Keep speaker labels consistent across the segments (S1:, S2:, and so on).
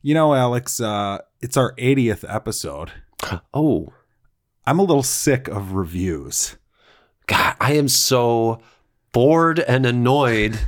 S1: You know, Alex, uh, it's our 80th episode.
S2: Oh,
S1: I'm a little sick of reviews.
S2: God, I am so bored and annoyed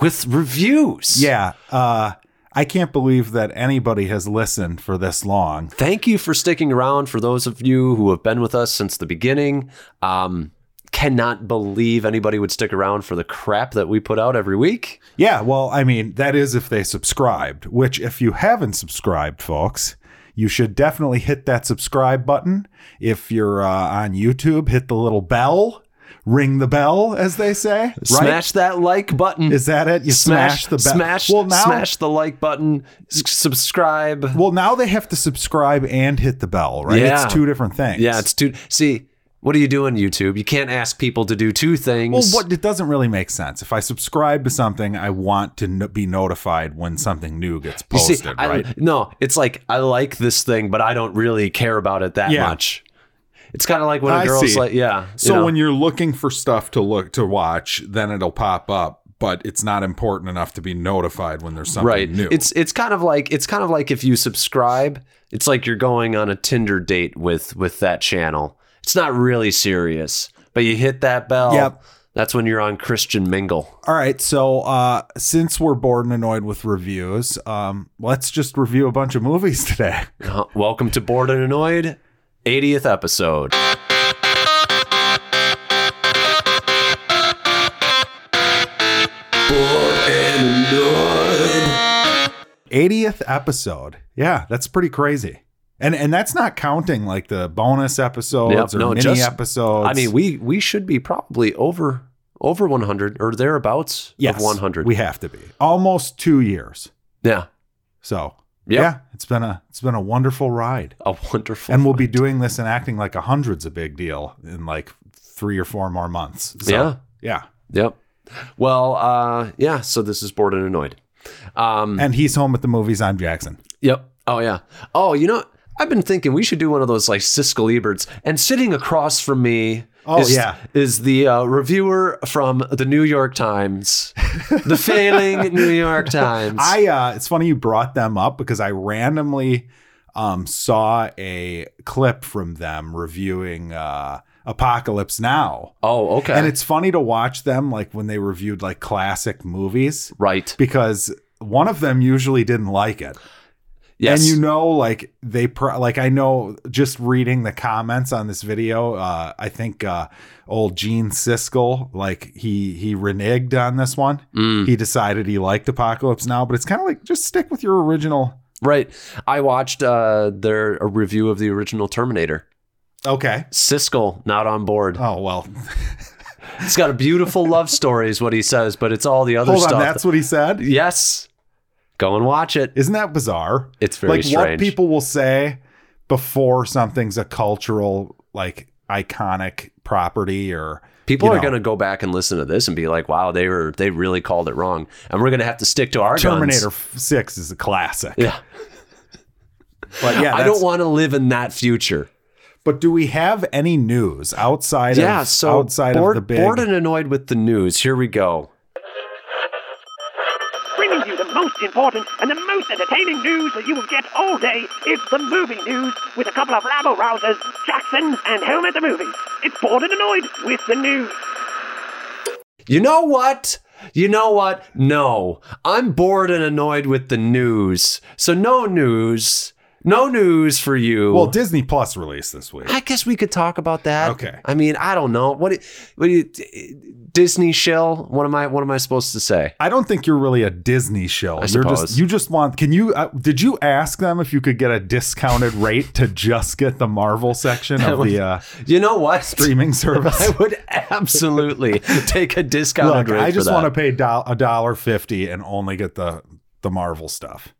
S2: with reviews.
S1: Yeah, uh, I can't believe that anybody has listened for this long.
S2: Thank you for sticking around for those of you who have been with us since the beginning. Um, cannot believe anybody would stick around for the crap that we put out every week.
S1: Yeah, well, I mean, that is if they subscribed, which, if you haven't subscribed, folks, you should definitely hit that subscribe button. If you're uh, on YouTube, hit the little bell, ring the bell, as they say. Right?
S2: Smash that like button.
S1: Is that it? You smash, the bell.
S2: Smash,
S1: well, now,
S2: smash the like button. S- subscribe.
S1: well, now they have to subscribe and hit the bell, right?
S2: Yeah.
S1: It's two different things.
S2: yeah, it's too. See, what are you doing, YouTube? You can't ask people to do two things.
S1: Well, what it doesn't really make sense. If I subscribe to something, I want to no- be notified when something new gets
S2: You see,
S1: posted,
S2: I-
S1: right?
S2: no, it's like I like this thing, but I don't really care about it that
S1: Yeah.
S2: much. It's kind of like when
S1: I
S2: a girl's
S1: see.
S2: like, yeah.
S1: so
S2: you know.
S1: when you're looking for stuff to look to watch, then it'll pop up, but it's not important enough to be notified when there's something
S2: right,
S1: new.
S2: it's it's kind of like it's kind of like if you subscribe, it's like you're going on a Tinder date with with that channel. It's not really serious, but you hit that bell.
S1: Yep.
S2: That's when you're on Christian Mingle.
S1: all right. So uh, since we're bored and annoyed with reviews, um, let's just review a bunch of movies today.
S2: Uh, Welcome to Bored and Annoyed, 80th episode.
S1: Eightieth episode. Yeah, that's pretty crazy. And and that's not counting like the bonus episodes
S2: Yep,
S1: or
S2: no,
S1: mini
S2: just-
S1: episodes.
S2: I mean, we we should be probably over over 100 or thereabouts
S1: yes,
S2: of 100.
S1: We have to be almost two years.
S2: yeah.
S1: So
S2: Yep.
S1: yeah, it's been a it's been a wonderful ride,
S2: A wonderful.
S1: and we'll be doing this and acting like a hundred's a big deal in like three or four more months. So, yeah.
S2: Yeah. Yep. Well, uh, yeah. So this is bored and annoyed. Um,
S1: And he's home at the movies. I'm Jackson.
S2: yep. Oh yeah. Oh, you know, I've been thinking we should do one of those like Siskel Eberts, and sitting across from me.
S1: Oh,
S2: is,
S1: yeah.
S2: is the uh, reviewer from the New York Times, the failing New York Times.
S1: I uh, it's funny you brought them up because I randomly um, saw a clip from them reviewing uh, Apocalypse Now,
S2: oh, okay.
S1: and it's funny to watch them like when they reviewed like classic movies
S2: right.
S1: because one of them usually didn't like it.
S2: Yes.
S1: And you know, like they pro- like I know just reading the comments on this video, uh, I think uh, old Gene Siskel, like he he reneged on this one.
S2: Mm.
S1: He decided he liked Apocalypse Now, but it's kind of like just stick with your original.
S2: Right. I watched uh, their a review of the original Terminator.
S1: Okay.
S2: Siskel not on board.
S1: Oh well.
S2: It's got a beautiful love story, is what he says, but it's all the other
S1: Hold
S2: stuff.
S1: on, that's what he said.
S2: yes. Go and watch it.
S1: Isn't that bizarre?
S2: It's very
S1: like
S2: strange.
S1: what people will say before something's a cultural like iconic property or
S2: People
S1: you
S2: are
S1: know.
S2: going to go back and listen to this and be like, "Wow, they were they really called it wrong," and we're going to have to stick to our guns.
S1: Terminator 6 is a classic.
S2: Yeah,
S1: But yeah,
S2: I
S1: that's-
S2: don't want to live in that future.
S1: But do we have any news outside
S2: Yeah,
S1: of
S2: so
S1: outside
S2: bored,
S1: of the big
S2: bored and annoyed with the news. Here we go.
S3: Bringing you the most important and the most entertaining news that you will get all day is the movie news with a couple of rabble rousers, Jackson and Home at the Movies. It's bored and annoyed with the news.
S2: You know what? You know what? No. I'm bored and annoyed with the news. So no news. No news for you.
S1: Well, Disney Plus released this week.
S2: I guess we could talk about that.
S1: Okay.
S2: I mean, I don't know. What, do- what do you- Disney shell? What am I what am I supposed to say?
S1: I don't think you're really a Disney show.
S2: I
S1: you're just
S2: suppose.
S1: you just want can you uh, did you ask them if you could get a discounted rate to just get the Marvel section of the uh,
S2: You know what?
S1: streaming service?
S2: I would absolutely take a
S1: Look,
S2: discounted rate.
S1: I just
S2: for that.
S1: want to pay do- a dollar fifty and only get the the Marvel stuff.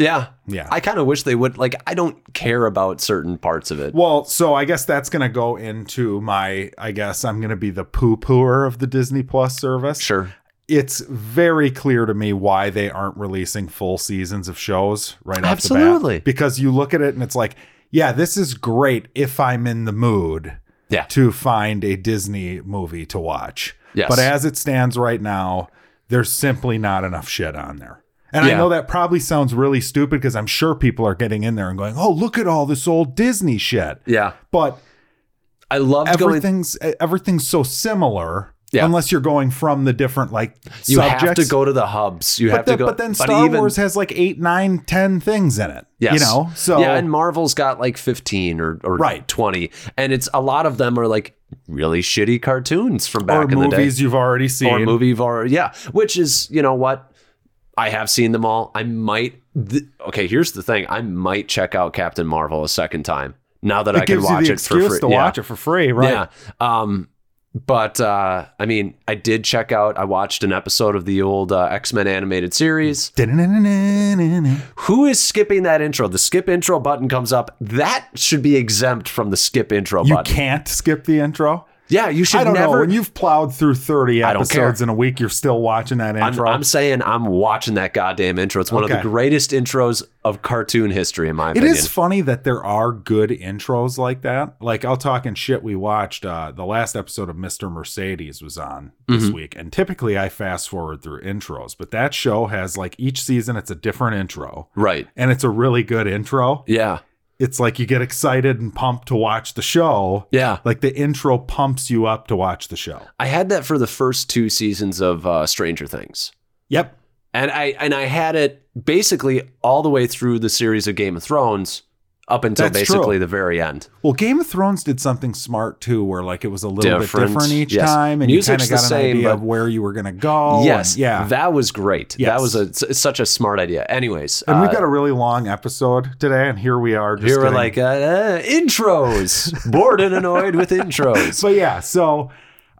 S2: Yeah.
S1: Yeah.
S2: I kind of wish they would like I don't care about certain parts of it.
S1: well, so I guess that's gonna go into my. I guess I'm gonna be the poo pooer of the Disney Plus service.
S2: Sure.
S1: it's very clear to me why they aren't releasing full seasons of shows right off the
S2: Absolutely.
S1: bat. Because you look at it and it's like, yeah, this is great if I'm in the mood
S2: Yeah.
S1: to find a Disney movie to watch.
S2: Yes.
S1: But as it stands right now, there's simply not enough shit on there. And I
S2: Yeah.
S1: know that probably sounds really stupid because I'm sure people are getting in there and going, "Oh, look at all this old Disney shit."
S2: Yeah.
S1: But
S2: I loved going.
S1: everything's e, everything's so similar
S2: Yeah.
S1: unless you're going from the different like
S2: You
S1: subjects.
S2: have to go to the hubs. You
S1: but,
S2: have
S1: the-
S2: to go.
S1: but then Star
S2: even-
S1: Wars has like eight, nine, ten things in it. You
S2: Yes.
S1: know? So
S2: yeah, and Marvel's got like fifteen or, or
S1: Right.
S2: twenty, and it's a lot of them are like really shitty cartoons from back
S1: or
S2: in the day.
S1: movies you've already seen.
S2: or movie var yeah which is you know what i have seen them all i might th- okay here's the thing i might check out captain marvel a second time now that
S1: It
S2: i can
S1: gives you
S2: watch
S1: the
S2: it for
S1: excuse
S2: free
S1: to
S2: yeah.
S1: watch it for free, right?
S2: yeah um but uh i mean i did check out i watched an episode of the old uh, x-men animated series
S1: Da-na-na-na-na-na.
S2: who is skipping that intro the skip intro button comes up that should be exempt from the skip intro
S1: You
S2: button
S1: can't skip the intro.
S2: yeah you should
S1: I don't
S2: never
S1: know. When you've plowed through 30
S2: I don't
S1: episodes
S2: care.
S1: in a week, you're still watching that
S2: I'm,
S1: intro.
S2: I'm saying I'm watching that goddamn intro. It's one of
S1: Okay.
S2: the greatest intros of cartoon history, in my
S1: It
S2: opinion.
S1: is funny that there are good intros like that. Like I'll talk and shit. We watched uh, the last episode of Mister Mercedes was on this
S2: Mm-hmm.
S1: week, and typically I fast forward through intros, but that show has like each season it's a different intro,
S2: Right.
S1: and it's a really good intro.
S2: Yeah.
S1: It's like you get excited and pumped to watch the show.
S2: Yeah.
S1: Like the intro pumps you up to watch the show.
S2: I had that for the first two seasons of uh, Stranger Things.
S1: Yep.
S2: And I and I had it basically all the way through the series of Game of Thrones up until
S1: That's
S2: basically
S1: true.
S2: the very end.
S1: Well, Game of Thrones did something smart too, where like it was a little
S2: Different.
S1: bit different each
S2: Yes.
S1: time, and
S2: Music's
S1: you kind
S2: the
S1: of got an
S2: same,
S1: idea
S2: but-
S1: of where you were going to go.
S2: yes.
S1: and- yeah.
S2: That was great.
S1: Yes.
S2: That was a, s- such a smart idea. Anyways.
S1: And we've
S2: uh,
S1: got a really long episode today, and here we are. Just
S2: here we're
S1: getting-
S2: like uh, uh, intros, bored and annoyed with intros.
S1: so yeah. So,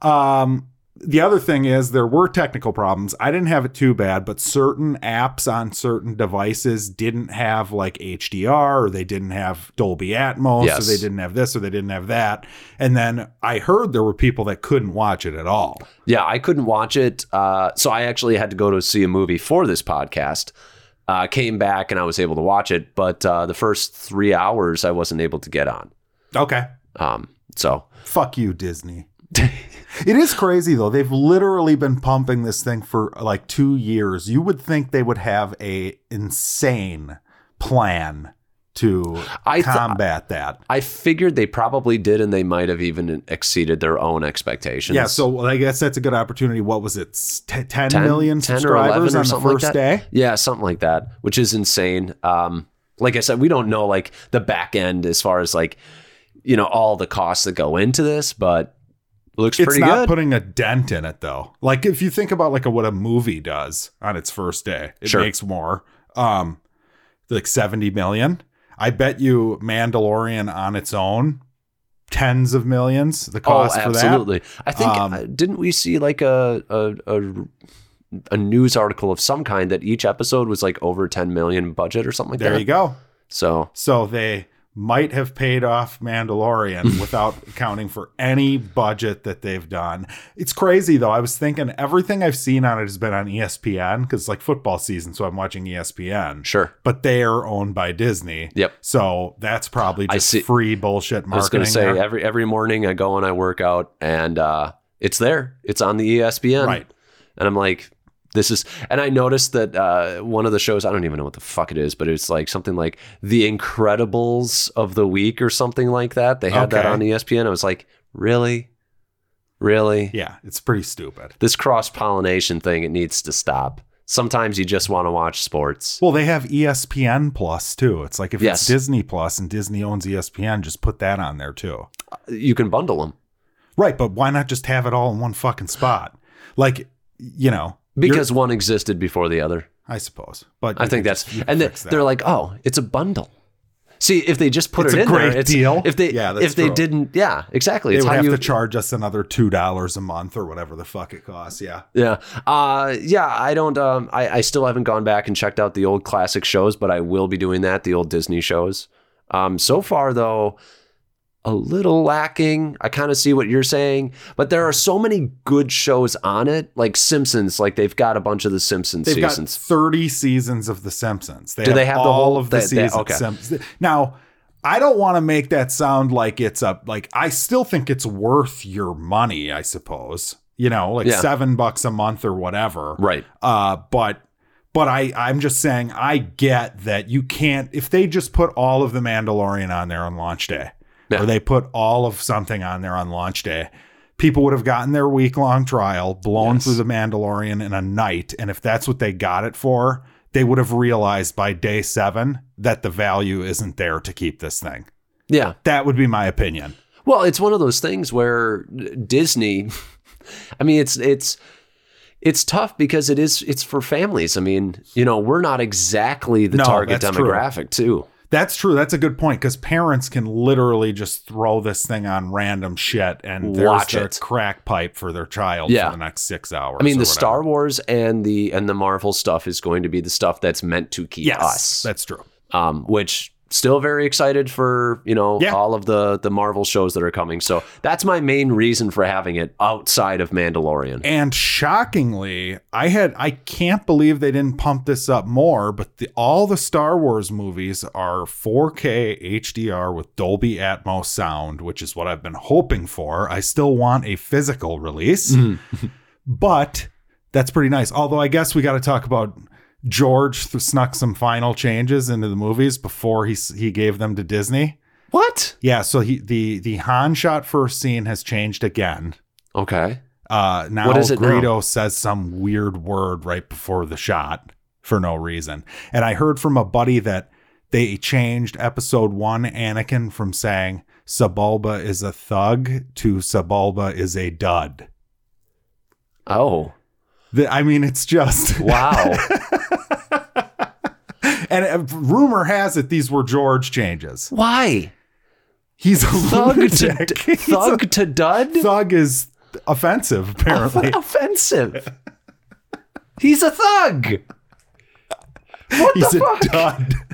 S1: um, the other thing is there were technical problems. I didn't have it too bad, but certain apps on certain devices didn't have like HDR, or they didn't have Dolby Atmos,
S2: Yes.
S1: or they didn't have this, or they didn't have that. And then I heard there were people that couldn't watch it at all.
S2: Yeah, I couldn't watch it. Uh, so I actually had to go to see a movie for this podcast. Uh, came back and I was able to watch it, but uh, the first three hours I wasn't able to get on.
S1: Okay.
S2: Um, so
S1: Fuck you, Disney. it is crazy though. They've literally been pumping this thing for like two years. You would think they would have a insane plan to
S2: I th-
S1: combat that.
S2: I figured they probably did, and they might have even exceeded their own expectations.
S1: Yeah, so well, I guess that's a good opportunity. What was it? s- t- 10
S2: 10
S1: million
S2: 10 or
S1: subscribers
S2: 11
S1: on
S2: or
S1: the
S2: something like
S1: first
S2: that.
S1: day.
S2: yeah, something like that, which is insane. Um, like I said, we don't know like the back end as far as like you know all the costs that go into this, but looks
S1: It's
S2: pretty
S1: not
S2: good.
S1: putting a dent in it though. Like if you think about like a, what a movie does on its first day, it
S2: Sure.
S1: makes more. Um like 70 million. I bet you Mandalorian on its own tens of millions the cost
S2: oh,
S1: for that.
S2: absolutely. I think
S1: Um,
S2: uh, didn't we see like a a, a a news article of some kind that each episode was like over 10 million budget or something like
S1: There
S2: that.
S1: you go.
S2: So
S1: So they might have paid off Mandalorian without accounting for any budget that they've done. It's crazy though. I was thinking everything I've seen on it has been on E ESPN because it's like football season, so I'm watching E ESPN.
S2: sure.
S1: But they are owned by Disney.
S2: Yep.
S1: So that's probably
S2: I
S1: just
S2: see-
S1: free bullshit marketing.
S2: I was going to say
S1: there.
S2: every every morning I go and I work out and uh, it's there. It's on the E ESPN.
S1: Right.
S2: And I'm like, this is. And I noticed that uh, one of the shows I don't even know what the fuck it is, but it's like something like The Incredibles of the week or something like that. They had that
S1: Okay.
S2: on E ESPN. I was like, really, really.
S1: Yeah, it's pretty stupid.
S2: This cross pollination thing it needs to stop. Sometimes you just want to watch sports.
S1: Well, they have E ESPN Plus too. It's like if
S2: Yes.
S1: it's Disney Plus and Disney owns E ESPN, just put that on there too.
S2: You can bundle them
S1: Right, but why not just have it all in one fucking spot? Like, you know, you're-
S2: because one existed before the other.
S1: I suppose, but
S2: I
S1: you
S2: think
S1: could
S2: that's
S1: just- you could
S2: and they,
S1: fix that.
S2: they're like, oh, it's a bundle. See, if they just put
S1: It's
S2: it
S1: a
S2: in
S1: great
S2: there, it's-
S1: deal.
S2: If they
S1: Yeah, that's
S2: if they
S1: true.
S2: didn't, yeah, exactly.
S1: they
S2: it's
S1: would
S2: how
S1: have
S2: you,
S1: to charge us another two dollars a month or whatever the fuck it costs. Yeah,
S2: yeah, uh, yeah. I don't. Um, I I still haven't gone back and checked out the old classic shows, but I will be doing that. The old Disney shows. Um, so far though, a little lacking. I kind of see what you're saying, but there are so many good shows on it, like Simpsons. Like they've got a bunch of the Simpsons
S1: they've
S2: seasons.
S1: got thirty seasons of The Simpsons. They
S2: Do
S1: have
S2: they have the
S1: all
S2: whole-
S1: of the
S2: they- they-
S1: seasons?
S2: okay.
S1: Simps- Now, I don't want to make that sound like it's a like. I still think it's worth your money. I suppose you know, like
S2: Yeah.
S1: seven bucks a month or whatever.
S2: right.
S1: Uh, but But I, I'm just saying, I get that you can't, if they just put all of The Mandalorian on there on launch day,
S2: Yeah.
S1: or they put all of something on there on launch day, people would have gotten their week long trial, blown
S2: Yes.
S1: through The Mandalorian in a night. And if that's what they got it for, they would have realized by day seven that the value isn't there to keep this thing.
S2: Yeah.
S1: That would be my opinion.
S2: Well, it's one of those things where Disney I mean it's it's it's tough because it is it's for families. I mean, you know, we're not exactly the
S1: No,
S2: target
S1: that's true.
S2: demographic too.
S1: That's true. That's a good point because parents can literally just throw this thing on random shit and there's
S2: Watch
S1: their
S2: it.
S1: crack pipe for their child
S2: Yeah.
S1: for the next six hours.
S2: I
S1: or
S2: mean, the
S1: whatever.
S2: Star Wars and the and the Marvel stuff is going to be the stuff that's meant to keep
S1: Yes,
S2: us.
S1: that's true.
S2: um, which still very excited for you know
S1: Yeah.
S2: all of the the Marvel shows that are coming. So that's my main reason for having it outside of Mandalorian.
S1: And shockingly, I had I can't believe they didn't pump this up more. But the, all the Star Wars movies are 4K HDR with Dolby Atmos sound, which is what I've been hoping for. I still want a physical release. but that's pretty nice. Although I guess we got to talk about George th- snuck some final changes into the movies before he s- he gave them to Disney.
S2: What?
S1: Yeah, so he the the Han shot first scene has changed again.
S2: Okay.
S1: Uh, now
S2: What is it now?
S1: Greedo says some weird word right before the shot for no reason, and I heard from a buddy that they changed episode one Anakin from saying Sabulba is a thug to Sabulba is a dud.
S2: Oh
S1: The, I mean, it's just
S2: wow.
S1: And uh, rumor has it these were George changes.
S2: Why
S1: He's a
S2: thug to
S1: lunatic.
S2: d-
S1: He's a-
S2: thug to dud?
S1: thug is offensive, apparently.
S2: Offensive. He's a thug. What
S1: He's
S2: the
S1: a
S2: fuck?
S1: dud.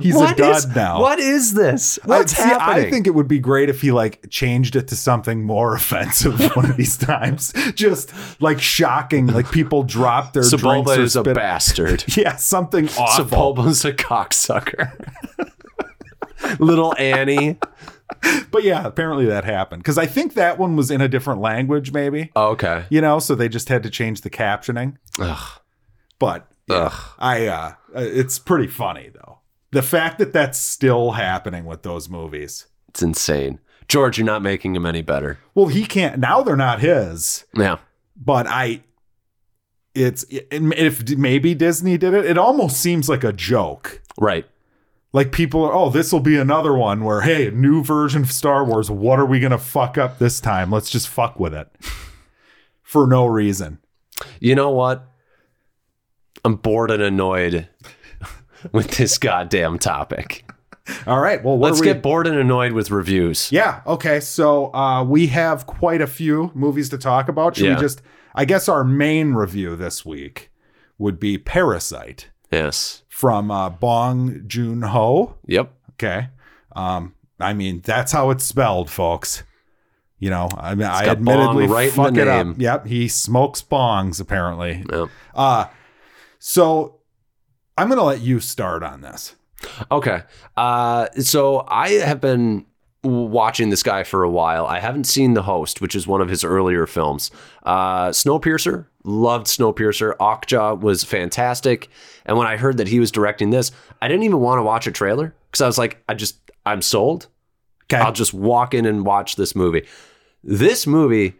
S1: He's
S2: What
S1: a dud
S2: is-
S1: now.
S2: What is this?
S1: I-
S2: What's
S1: see,
S2: happening?
S1: I think it would be great if he like changed it to something more offensive one of these times. Just like shocking, like people drop their drinks
S2: Sebulba
S1: or
S2: is a
S1: spit-
S2: bastard.
S1: Yeah, something awful.
S2: Sebulba's a cocksucker. Little Annie.
S1: But yeah, apparently that happened because I think that one was in a different language, maybe.
S2: Oh, okay.
S1: You know, so they just had to change the captioning.
S2: Ugh.
S1: But
S2: Ugh.
S1: I uh it's pretty funny though. The fact that that's still happening with those movies.
S2: It's insane. George, you're not making him any better.
S1: Well, he can't now they're not his,
S2: Yeah.
S1: but I it's it, if maybe Disney did it, it almost seems like a joke.
S2: Right.
S1: Like people are, oh, this will be another one where, hey, new version of Star Wars. What are we gonna fuck up this time? Let's just fuck with it for no reason.
S2: You know what? I'm bored and annoyed with this goddamn topic.
S1: All right, well, what
S2: Let's
S1: are we
S2: get bored and annoyed with reviews.
S1: Yeah. Okay. So uh, we have quite a few movies to talk about. Should
S2: Yeah.
S1: we just? I guess our main review this week would be Parasite
S2: Yes.
S1: from uh, Bong Joon Ho.
S2: Yep.
S1: Okay. Um, I mean that's how it's spelled, folks. You know, I mean, I
S2: got
S1: admittedly
S2: Bong right in
S1: fuck
S2: the
S1: it
S2: name.
S1: up. Yep. He smokes bongs apparently.
S2: Yep.
S1: Uh, so I'm gonna let you start on this.
S2: Okay. Uh, so I have been watching this guy for a while. I haven't seen The Host, which is one of his earlier films. Uh, Snowpiercer, loved Snowpiercer. Okja was fantastic. And when I heard that he was directing this, I didn't even want to watch a trailer because I was like, I just, I'm sold.
S1: Okay.
S2: I'll just walk in and watch this movie. This movie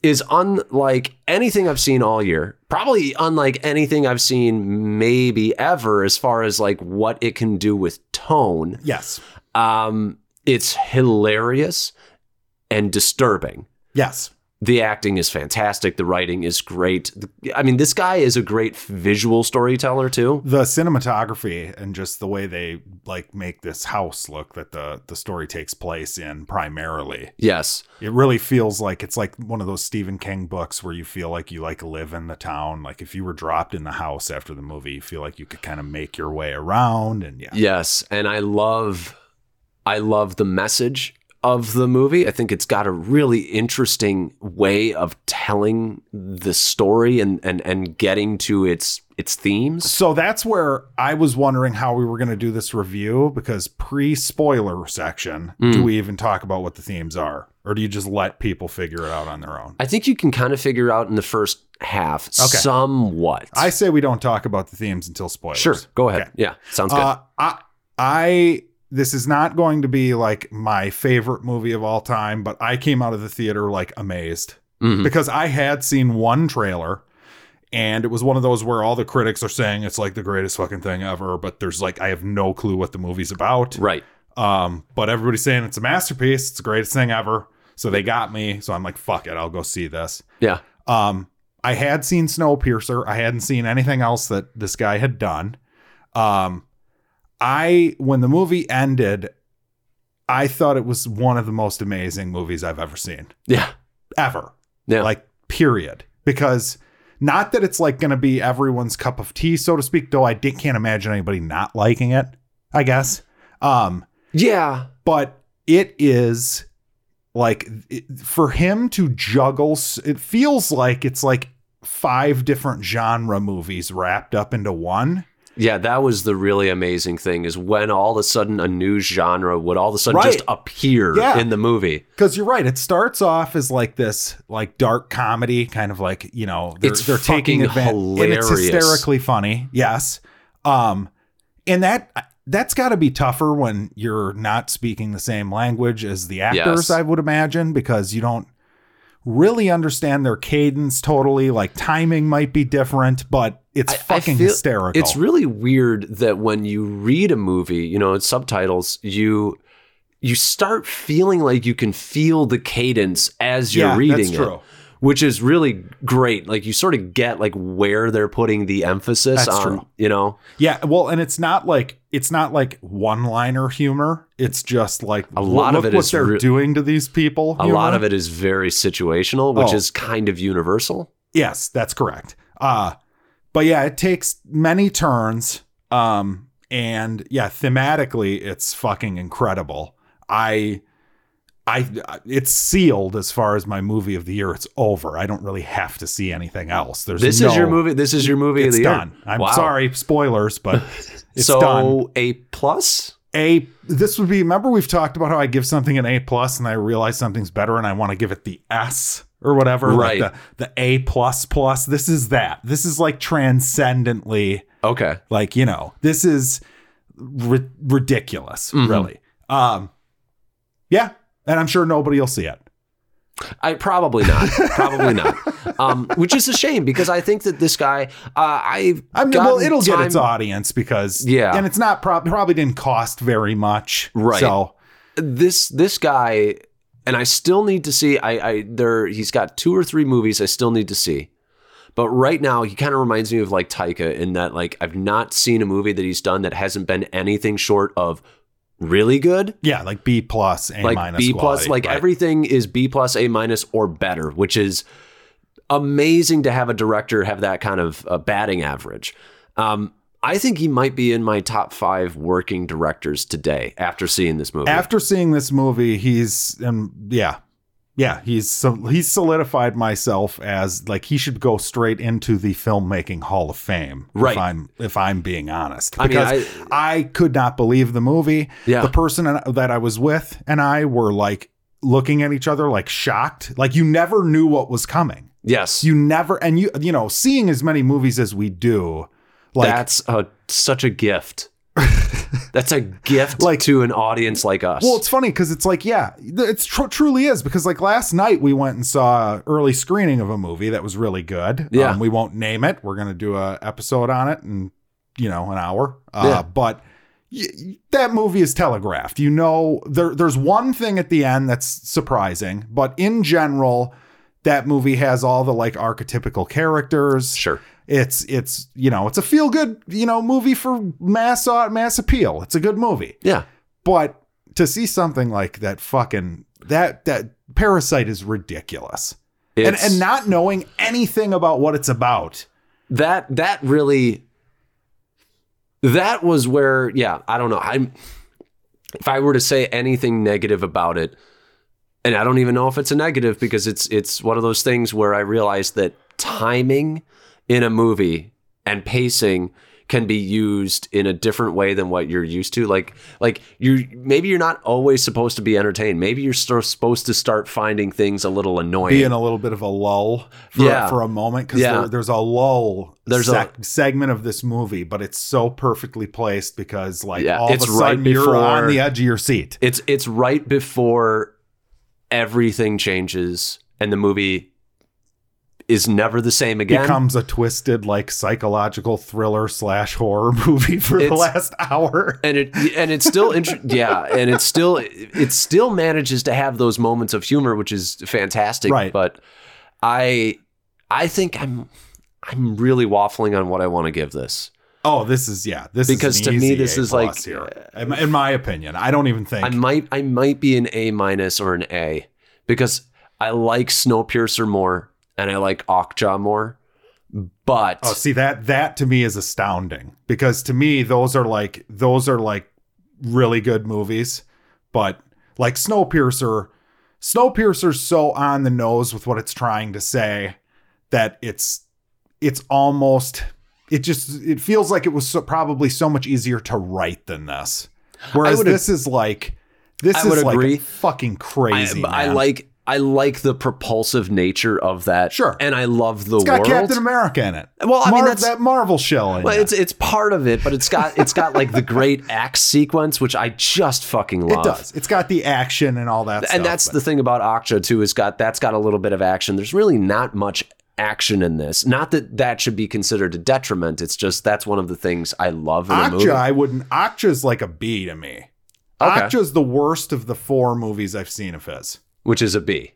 S2: is unlike anything I've seen all year. Probably unlike anything I've seen maybe ever as far as like what it can do with tone.
S1: yes.
S2: Um it's hilarious and disturbing.
S1: Yes.
S2: The acting is fantastic, the writing is great. I mean, this guy is a great visual storyteller too.
S1: the cinematography and just the way they like make this house look that the the story takes place in primarily
S2: Yes.
S1: it really feels like it's like one of those stephen king books where you feel like you like live in the town like if you were dropped in the house after the movie you feel like you could kind of make your way around and yeah
S2: Yes, and I love I love the message of the movie. I think it's got a really interesting way of telling the story and and and getting to its its themes.
S1: so that's where i was wondering how we were going to do
S2: Mm.
S1: this review because pre spoiler section do we even talk about what the themes are or do you just let people figure it out on their own?
S2: I think you can kind of figure out in the first half somewhat.
S1: I say we don't talk about the themes until spoilers.
S2: sure, go ahead.
S1: Okay.
S2: Yeah, sounds good.
S1: Uh, I, I, this is not going to be like my favorite movie of all time, but I came out of the theater like amazed
S2: Mhm.
S1: because I had seen one trailer and it was one of those where all the critics are saying it's like the greatest fucking thing ever, but there's like, I have no clue what the movie's about.
S2: Right.
S1: Um, but everybody's saying it's a masterpiece, it's the greatest thing ever. So they got me. So I'm like, fuck it, I'll go see this.
S2: Yeah.
S1: Um, I had seen Snowpiercer. I hadn't seen anything else that this guy had done. Um, I when the movie ended, I thought it was one of the most amazing movies I've ever seen
S2: Yeah.
S1: ever.
S2: Yeah.
S1: Like period. Because not that it's like going to be everyone's cup of tea, so to speak. Though I di- can't imagine anybody not liking it. I guess. Um,
S2: yeah.
S1: but it is like it- for him to juggle s- it feels like it's like five different genre movies wrapped up into one
S2: Yeah, that was the really amazing thing is when all of a sudden a new genre would all of a sudden
S1: Right.
S2: just appear
S1: Yeah.
S2: in the movie.
S1: because you're right it starts off as like this like dark comedy kind of like you know they're,
S2: It's
S1: they're taking
S2: fucking
S1: advantage and it's
S2: hilarious.
S1: hysterically funny yes um and that uh, that's got to be tougher when you're not speaking the same language as the actors
S2: Yes.
S1: i would imagine because you don't really understand their cadence totally like timing might be different but it's
S2: I- I
S1: fucking
S2: feel-
S1: hysterical
S2: It's really weird that when you read a movie, you know, in subtitles, you you start feeling like you can feel the cadence as you're
S1: yeah,
S2: reading
S1: that's
S2: it,
S1: true
S2: which is really great. Like you sort of get like where they're putting the emphasis
S1: That's
S2: on,
S1: true.
S2: you know.
S1: Yeah, well, and it's not like it's not like one-liner humor. It's just like
S2: A lot
S1: look
S2: of it
S1: what
S2: is
S1: they're
S2: re-
S1: doing to these people.
S2: A lot of it is very situational, which
S1: Oh.
S2: is kind of universal.
S1: Yes, that's correct. Uh but yeah, it takes many turns. Um, and yeah, thematically, it's fucking incredible. I, I, it's sealed as far as my movie of the year. It's over. I don't really have to see anything else. There's
S2: This
S1: no-
S2: is your movie. This is your movie
S1: It's
S2: of the
S1: done.
S2: year.
S1: I'm
S2: Wow.
S1: sorry, spoilers, but it's
S2: so
S1: done.
S2: a plus.
S1: a this would be remember we've talked about how i give something an a plus and i realize something's better and i want to give it the s or whatever like the,
S2: Right.
S1: the a plus plus this is that this is like transcendently
S2: Okay.
S1: like you know this is ri- ridiculous
S2: Mhm.
S1: really um yeah and i'm sure nobody will see it
S2: I probably not. Probably not. Um, which is a shame because I think that this guy, uh, I,
S1: i mean well it'll get its audience because
S2: Yeah.
S1: and it's not prob- probably didn't cost very much
S2: Right.
S1: so
S2: This this guy, and I still need to see. I, I there he's got two or three movies I still need to see, but right now he kind of reminds me of like Taika in that like I've not seen a movie that he's done that hasn't been anything short of really good.
S1: yeah like b plus a
S2: like
S1: minus
S2: B plus,
S1: quality,
S2: like
S1: right?
S2: everything is B plus, A minus, or better, which is amazing to have a director have that kind of uh, batting average. Um, I think he might be in my top five working directors today after seeing this movie.
S1: after seeing this movie, he's and yeah, yeah, he's so he's solidified myself as like he should go straight into the filmmaking Hall of Fame.
S2: Right.
S1: If I'm if I'm being honest,
S2: I mean,
S1: because I, could not believe the movie.
S2: Yeah.
S1: The person that I was with and I were like looking at each other like shocked like you never knew what was coming
S2: yes,
S1: you never and you you know seeing as many movies as we do like
S2: that's a, such a gift. that's a gift
S1: Like-
S2: to an audience like us.
S1: Well, it's funny because it's like, yeah, th- it's tr- truly is because like last night we went and saw an early screening of a movie that was really good. Um,
S2: Yeah.
S1: we won't name it. We're gonna do a episode on it in you know an hour. Uh,
S2: Yeah.
S1: But y- y- that movie is telegraphed. You know, there there's one thing at the end that's surprising, but in general, that movie has all the like archetypical characters
S2: sure.
S1: it's it's you know it's a feel good you know movie for mass uh, mass appeal it's a good movie
S2: Yeah.
S1: but to see something like that fucking that that parasite is ridiculous and
S2: It's-
S1: and not knowing anything about what it's about
S2: that that really that was where yeah i don't know i'm if i were to say anything negative about it and i don't even know if it's a negative because it's it's one of those things where i realized that timing in a movie and pacing can be used in a different way than what you're used to. Like like you maybe you're not always supposed to be entertained. Maybe you're sort of supposed to start finding things a little annoying.
S1: Be in a little bit of a lull for,
S2: Yeah.
S1: for a moment because
S2: Yeah.
S1: there, there's a lull
S2: There's a-
S1: sec- segment of this movie, but it's so perfectly placed because like
S2: Yeah,
S1: all
S2: it's
S1: of a
S2: right
S1: sudden you're on
S2: before-
S1: the edge of your seat.
S2: it's it's right before everything changes and the movie is never the same again.
S1: Becomes a twisted like psychological thriller slash horror movie for the
S2: It's-
S1: last hour.
S2: and it and it's still inter- yeah, and it's still it still manages to have those moments of humor, which is fantastic.
S1: Right.
S2: But I I think I'm I'm really waffling on what I want to give this.
S1: Oh, this is yeah. This
S2: Because
S1: is
S2: to
S1: an
S2: me,
S1: easy
S2: this
S1: A
S2: is like-
S1: plus here. in, in my opinion. I don't even think
S2: I might I might be an A minus or an A because I like Snowpiercer more and I like Okja more, but
S1: Oh, see that that to me is astounding because to me those are like those are like really good movies, but like Snowpiercer, Snowpiercer's so on the nose with what it's trying to say that it's it's almost it just it feels like it was so, probably so much easier to write than this. Whereas
S2: would
S1: this is like this
S2: I
S1: is
S2: would
S1: like
S2: agree.
S1: fucking crazy.
S2: I, I
S1: man.
S2: like I like the propulsive nature of that.
S1: Sure.
S2: and I love the
S1: it's got
S2: world.
S1: Captain America in it.
S2: Well, I mean, that's-
S1: that Marvel shell. In
S2: well,
S1: it.
S2: it's it's part of it, but it's got it's got like the great axe sequence, which I just fucking love.
S1: It does. It's got the action and all that.
S2: and
S1: stuff,
S2: that's
S1: but-
S2: the thing about Okja too. Is got that's got a little bit of action. There's really not much action in this. Not that that should be considered a detriment. It's just that's one of the things I love in a movie.
S1: Akja. I wouldn't. Akja's like a B to me.
S2: Okay.
S1: Akja's the worst of the four movies I've seen of his.
S2: which is a B.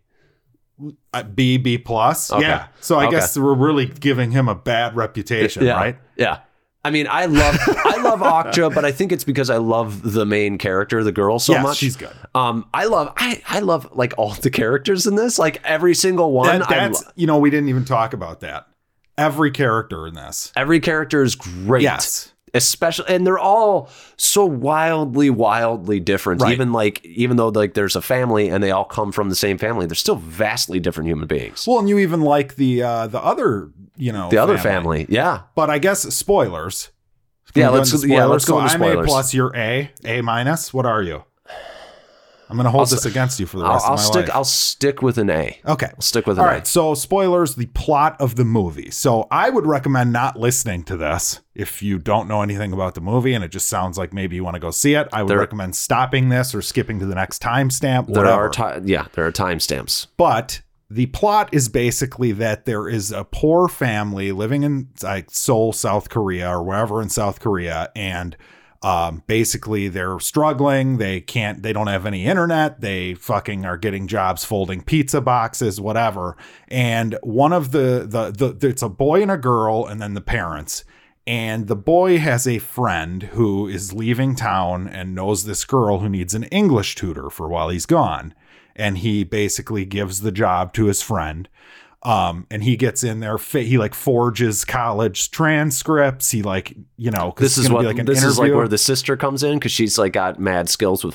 S1: Uh, B B plus.
S2: Okay.
S1: Yeah. So I
S2: Okay.
S1: guess we're really giving him a bad reputation,
S2: yeah,
S1: right?
S2: Yeah. I mean, I love I love Okja, but I think it's because I love the main character, the girl, so
S1: yes,
S2: much.
S1: she's good.
S2: Um, I love I I love like all the characters in this, like every single one.
S1: That-
S2: I
S1: that's
S2: lo-
S1: you know we didn't even talk about that. Every character in this.
S2: every character is great.
S1: Yes.
S2: Especially and they're all so wildly, wildly different.
S1: Right.
S2: Even like even though like there's a family and they all come from the same family, they're still vastly different human beings.
S1: Well, and you even like the uh the other you know
S2: the other family. Yeah.
S1: But I guess spoilers. Can
S2: Yeah,
S1: we go
S2: let's-
S1: into
S2: yeah, let's go
S1: So
S2: into
S1: I'm
S2: spoilers.
S1: A plus, you're A, A minus. What are you? I'm gonna hold
S2: I'll
S1: this against you for the
S2: I'll,
S1: rest
S2: I'll
S1: of my
S2: stick
S1: life.
S2: I'll stick with an A.
S1: okay.
S2: I'll stick with an
S1: All
S2: A.
S1: right. So spoilers, the plot of the movie. So I would recommend not listening to this if you don't know anything about the movie and it just sounds like maybe you want to go see it. I would
S2: There-
S1: recommend stopping this or skipping to the next timestamp.
S2: There
S1: whatever.
S2: are ti yeah, there are timestamps.
S1: But the plot is basically that there is a poor family living in like Seoul, South Korea, or wherever in South Korea, and um, basically they're struggling. They can't. They don't have any internet. They fucking are getting jobs folding pizza boxes, whatever. And one of the the, the, the it's a boy and a girl, and then the parents. And the boy has a friend who is leaving town and knows this girl who needs an English tutor for while he's gone. And he basically gives the job to his friend. Um, and he gets in there. Fa- he like forges college transcripts. He like you know 'cause
S2: This
S1: it's
S2: is
S1: gonna
S2: what
S1: be, like an
S2: this is like
S1: interview.
S2: where the sister comes in because she's like got mad skills with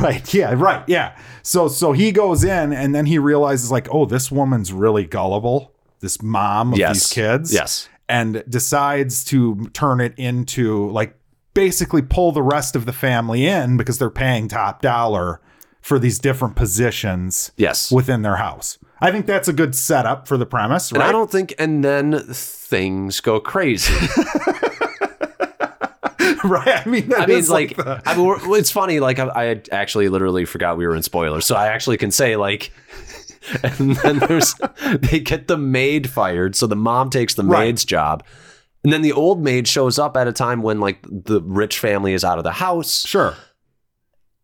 S1: Right. Yeah. Right. Yeah. So so he goes in and then he realizes like, oh, this woman's really gullible. This mom of
S2: yes,
S1: these kids.
S2: Yes,
S1: And decides to turn it into like basically pull the rest of the family in because they're paying top dollar for these different positions
S2: yes.
S1: within their house. I think that's a good setup for the premise,
S2: and
S1: right?
S2: I don't think. And then things go crazy.
S1: right. I mean, that
S2: I mean,
S1: is,
S2: like,
S1: the-
S2: I mean, we're- it's funny. Like, I, I had actually literally forgot we were in spoilers, so I actually can say like. And then there's they get the maid fired, so the mom takes the
S1: Right.
S2: maid's job, and then the old maid shows up at a time when like the rich family is out of the house.
S1: sure.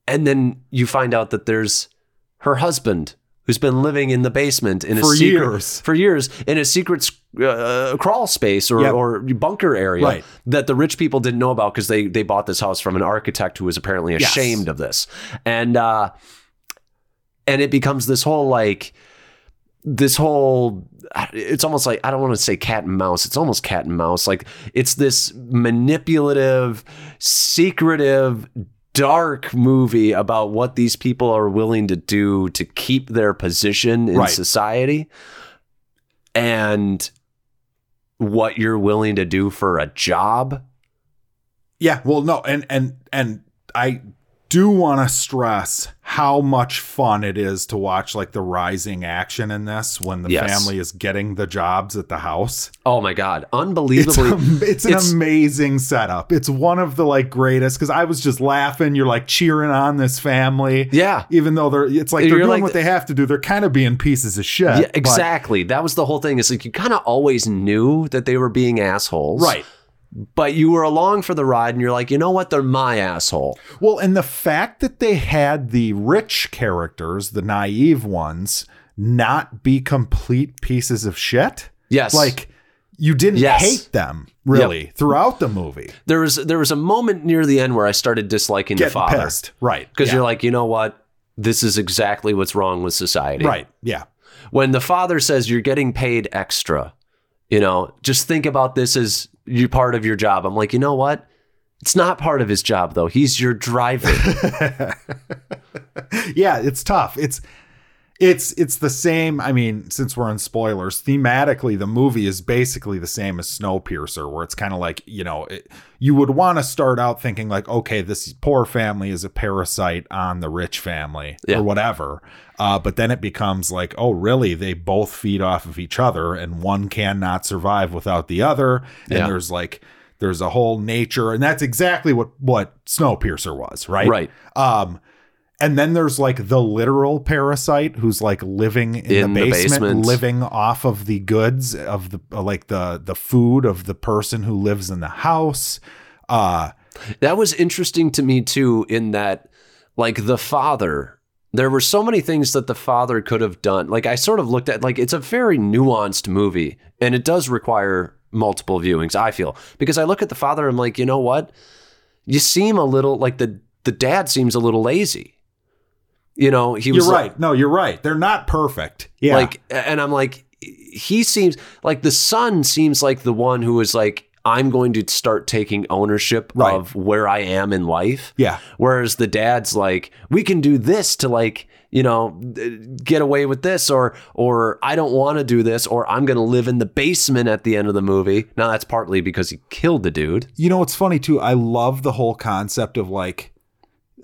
S2: And then you find out that there's her husband who's been living in the basement in a
S1: For
S2: secret,
S1: years.
S2: for years in a secret uh, crawl space or,
S1: Yep.
S2: or bunker area
S1: Right.
S2: that the rich people didn't know about because they they bought this house from an architect who was apparently
S1: Yes.
S2: ashamed of this and uh, and it becomes this whole like this whole it's almost like I don't want to say cat and mouse. It's almost cat and mouse. Like it's this manipulative, secretive, dark movie about what these people are willing to do to keep their position in
S1: Right.
S2: society. And what you're willing to do for a job.
S1: Yeah, well, no, and and and I do want to stress how much fun it is to watch like the rising action in this when the
S2: Yes.
S1: family is getting the jobs at the house.
S2: Oh my God.
S1: It's,
S2: Unbelievably.
S1: am- it's an
S2: it's-
S1: amazing setup. It's one of the like greatest because I was just laughing. You're like cheering on this family,
S2: yeah.
S1: even though they're it's like they're
S2: You're
S1: doing
S2: like-
S1: what they have to do. They're kind of being pieces of shit.
S2: Yeah,
S1: but-
S2: exactly. That was the whole thing. It's like you kind of always knew that they were being assholes.
S1: Right.
S2: But you were along for the ride and you're like, you know what? They're my asshole.
S1: Well, and the fact that they had the rich characters, the naive ones, not be complete pieces of shit.
S2: Yes.
S1: Like you didn't
S2: Yes.
S1: hate them really throughout the movie.
S2: there was there was a moment near the end where I started disliking the
S1: Getting
S2: father.
S1: pissed. Right.
S2: Because
S1: yeah.
S2: you're like, you know what? This is exactly what's wrong with society.
S1: Right. Yeah.
S2: When the father says you're getting paid extra, you know, just think about this as you part of your job. I'm like, you know what? It's not part of his job though. He's your driver.
S1: Yeah, it's tough. It's it's it's the same. I mean, since we're on spoilers, thematically the movie is basically the same as Snowpiercer, where it's kind of like you know it, you would want to start out thinking like, okay, this poor family is a parasite on the rich family
S2: Yeah.
S1: or whatever, uh, but then it becomes like, oh, really? They both feed off of each other, and one cannot survive without the other. And
S2: Yeah.
S1: there's like there's a whole nature, and that's exactly what what Snowpiercer was, right?
S2: Right.
S1: Um, and then there's like the literal parasite who's like living in,
S2: In
S1: the,
S2: the
S1: basement,
S2: basement.
S1: living off of the goods of the uh, like the the food of the person who lives in the house. Uh
S2: That was interesting to me too, in that, like, the father, there were so many things that the father could have done. Like, I sort of looked at, like, it's a very nuanced movie and it does require multiple viewings, I feel, because I look at the father, I'm like, you know what? You seem a little like the, the dad seems a little lazy. You know, he was
S1: you're
S2: like-
S1: right. No, you're right. They're not perfect. Yeah.
S2: like, and I'm like, he seems like the son seems like the one who is like, I'm going to start taking ownership
S1: Right.
S2: of where I am in life.
S1: yeah.
S2: Whereas the dad's like, we can do this to like, you know, get away with this, or or I don't want to do this, or I'm gonna live in the basement at the end of the movie. Now that's partly because he killed the dude.
S1: You know what's funny too? I love the whole concept of like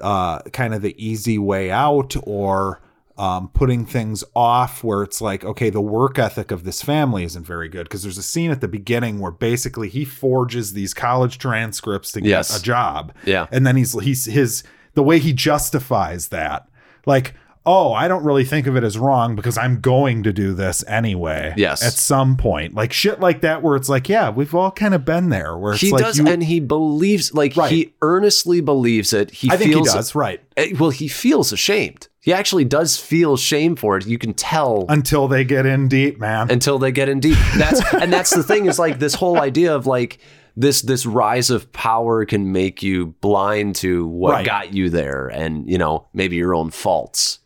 S1: uh kind of the easy way out or um, putting things off where it's like okay the work ethic of this family isn't very good because there's a scene at the beginning where basically he forges these college transcripts to get
S2: Yes.
S1: a job
S2: Yeah.
S1: and then he's he's his the way he justifies that like oh i don't really think of it as wrong because i'm going to do this anyway
S2: Yes.
S1: at some point like shit like that where it's like yeah we've all kind of been there where it's
S2: He
S1: like
S2: does,
S1: you-
S2: and he believes, like
S1: Right.
S2: he earnestly believes it. He
S1: i think he
S2: feels,
S1: does right
S2: eh, Well, he feels ashamed. He actually does feel shame for it. You can tell
S1: until they get in deep man
S2: until they get in deep. That's and that's the thing is like this whole idea of like this this rise of power can make you blind to what
S1: Right.
S2: got you there and you know maybe your own faults.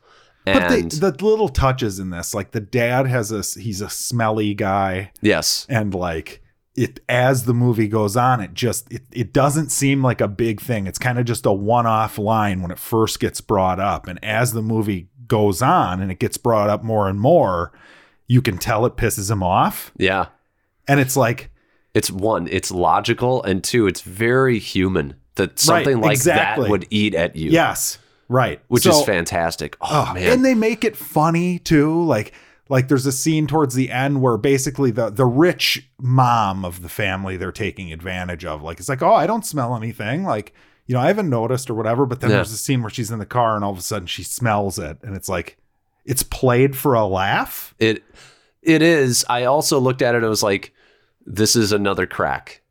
S1: but
S2: And
S1: the, the little touches in this like the dad has a he's a smelly guy
S2: yes,
S1: and like it as the movie goes on it just it, it doesn't seem like a big thing it's kind of just a one-off line when it first gets brought up and as the movie goes on and it gets brought up more and more you can tell it pisses him off
S2: yeah,
S1: and it's like
S2: it's one, it's logical, and two, it's very human that something like
S1: exactly.
S2: that would eat at you.
S1: yes right
S2: which
S1: So-
S2: is fantastic. Oh,
S1: Oh,
S2: man,
S1: And they make it funny too. Like like there's a scene towards the end where basically the the rich mom of the family they're taking advantage of. Like it's like, oh, I don't smell anything. Like, you know, I haven't noticed or whatever. But then
S2: Yeah.
S1: there's a scene where she's in the car and all of a sudden she smells it. And it's like it's played for a laugh.
S2: it it is. I also looked at it. I was like, this is another crack.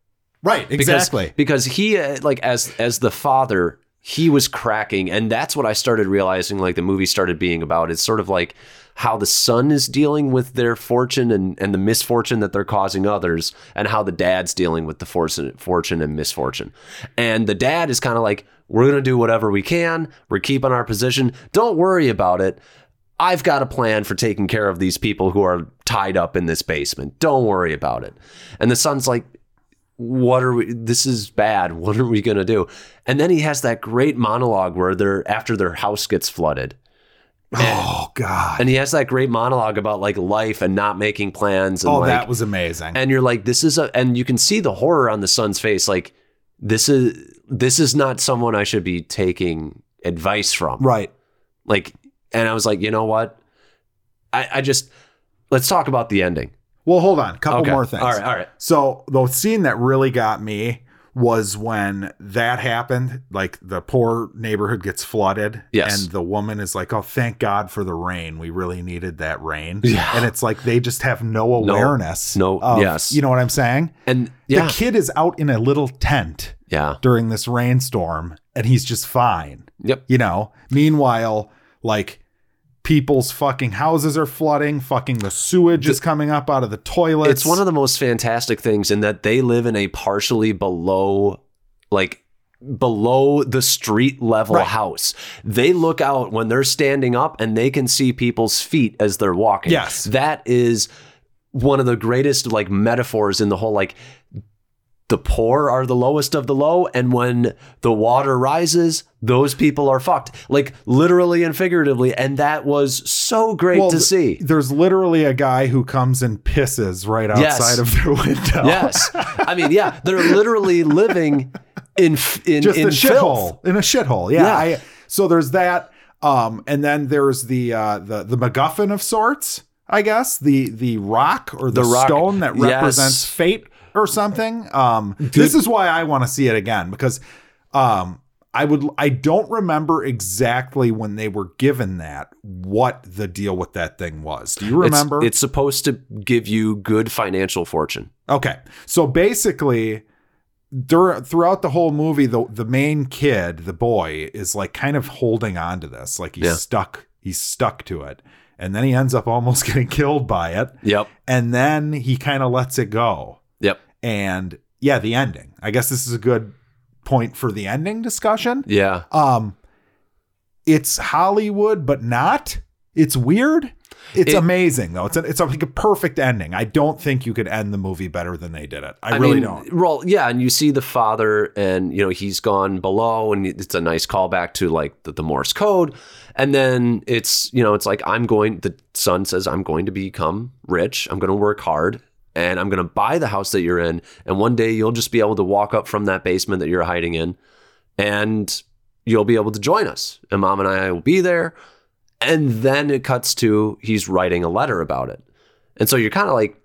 S1: Right,
S2: Because- because, he uh, like as as the father he was cracking and that's what i started realizing like the movie started being about it's sort of like how the son is dealing with their fortune and, and the misfortune that they're causing others and how the dad's dealing with the fortune, fortune and misfortune and the dad is kind of like we're going to do whatever we can we're keeping our position don't worry about it I've got a plan for taking care of these people who are tied up in this basement. Don't worry about it. And the son's like, what are we this is bad what are we going to do and then he has that great monologue where they're after their house gets flooded
S1: oh God.
S2: And he has that great monologue about like life and not making plans. And
S1: oh,
S2: like,
S1: that was amazing.
S2: and you're like this is a and you can see the horror on the son's face like this is this is not someone i should be taking advice from
S1: right.
S2: like and i was like you know what i i just let's talk about the ending
S1: Well, hold on. Couple
S2: Okay.
S1: more things.
S2: all right all right
S1: So the scene that really got me was when that happened. Like the poor neighborhood gets flooded,
S2: Yes.
S1: and the woman is like, "Oh, thank God for the rain. We really needed that rain."
S2: Yeah.
S1: And it's like they just have no awareness.
S2: no,
S1: of-
S2: yes.
S1: You know what I'm saying?
S2: and yeah
S1: The kid is out in a little tent
S2: yeah
S1: during this rainstorm, and he's just fine.
S2: yep
S1: You know. Meanwhile, like. People's fucking houses are flooding. Fucking the sewage is coming up out of the toilets.
S2: it's one of the most fantastic things in that they live in a partially below like below the street level
S1: Right.
S2: house they look out when they're standing up and they can see people's feet as they're walking
S1: Yes.
S2: that is one of the greatest like metaphors in the whole like the poor are the lowest of the low and when the water rises those people are fucked like literally and figuratively and that was so great
S1: Well,
S2: to
S1: th-
S2: see
S1: There's literally a guy who comes and pisses right
S2: Yes.
S1: outside of their window.
S2: Yes, I mean, yeah, they're literally living in f- in
S1: Just
S2: in
S1: a
S2: filth.
S1: shithole. In a shithole. Yeah.
S2: Yeah.
S1: I, so there's that. Um, and then there's the uh the, the MacGuffin of sorts, I guess. The the rock or the,
S2: The rock.
S1: stone that
S2: Yes.
S1: represents fate or something. Um this is why I want to see it again because um I would I don't remember exactly when they were given that what the deal with that thing was. Do you
S2: It's-
S1: remember?
S2: it's, supposed to give you good financial fortune.
S1: Okay. So basically, dur- throughout the whole movie, the the main kid, the boy, is like kind of holding on to this. Like he's
S2: Yeah.
S1: stuck. He's stuck to it. And then he ends up almost getting killed by it.
S2: Yep,
S1: And then he kind of lets it go.
S2: yep,
S1: And yeah, the ending. I guess this is a good point for the ending discussion.
S2: yeah.
S1: Um it's Hollywood, but not. It's weird. It's
S2: It-
S1: amazing though. It's a, it's a, like a perfect ending. I don't think you could end the movie better than they did it. I, really
S2: mean,
S1: don't.
S2: Well, yeah, and you see the father, and you know he's gone below, and it's a nice callback to like the, the Morse code, and then it's you know it's like I'm going. The son says I'm going to become rich. I'm going to work hard, and I'm going to buy the house that you're in, and one day you'll just be able to walk up from that basement that you're hiding in, and you'll be able to join us, and mom and I will be there, and then it cuts to he's writing a letter about it, and so you're kind of like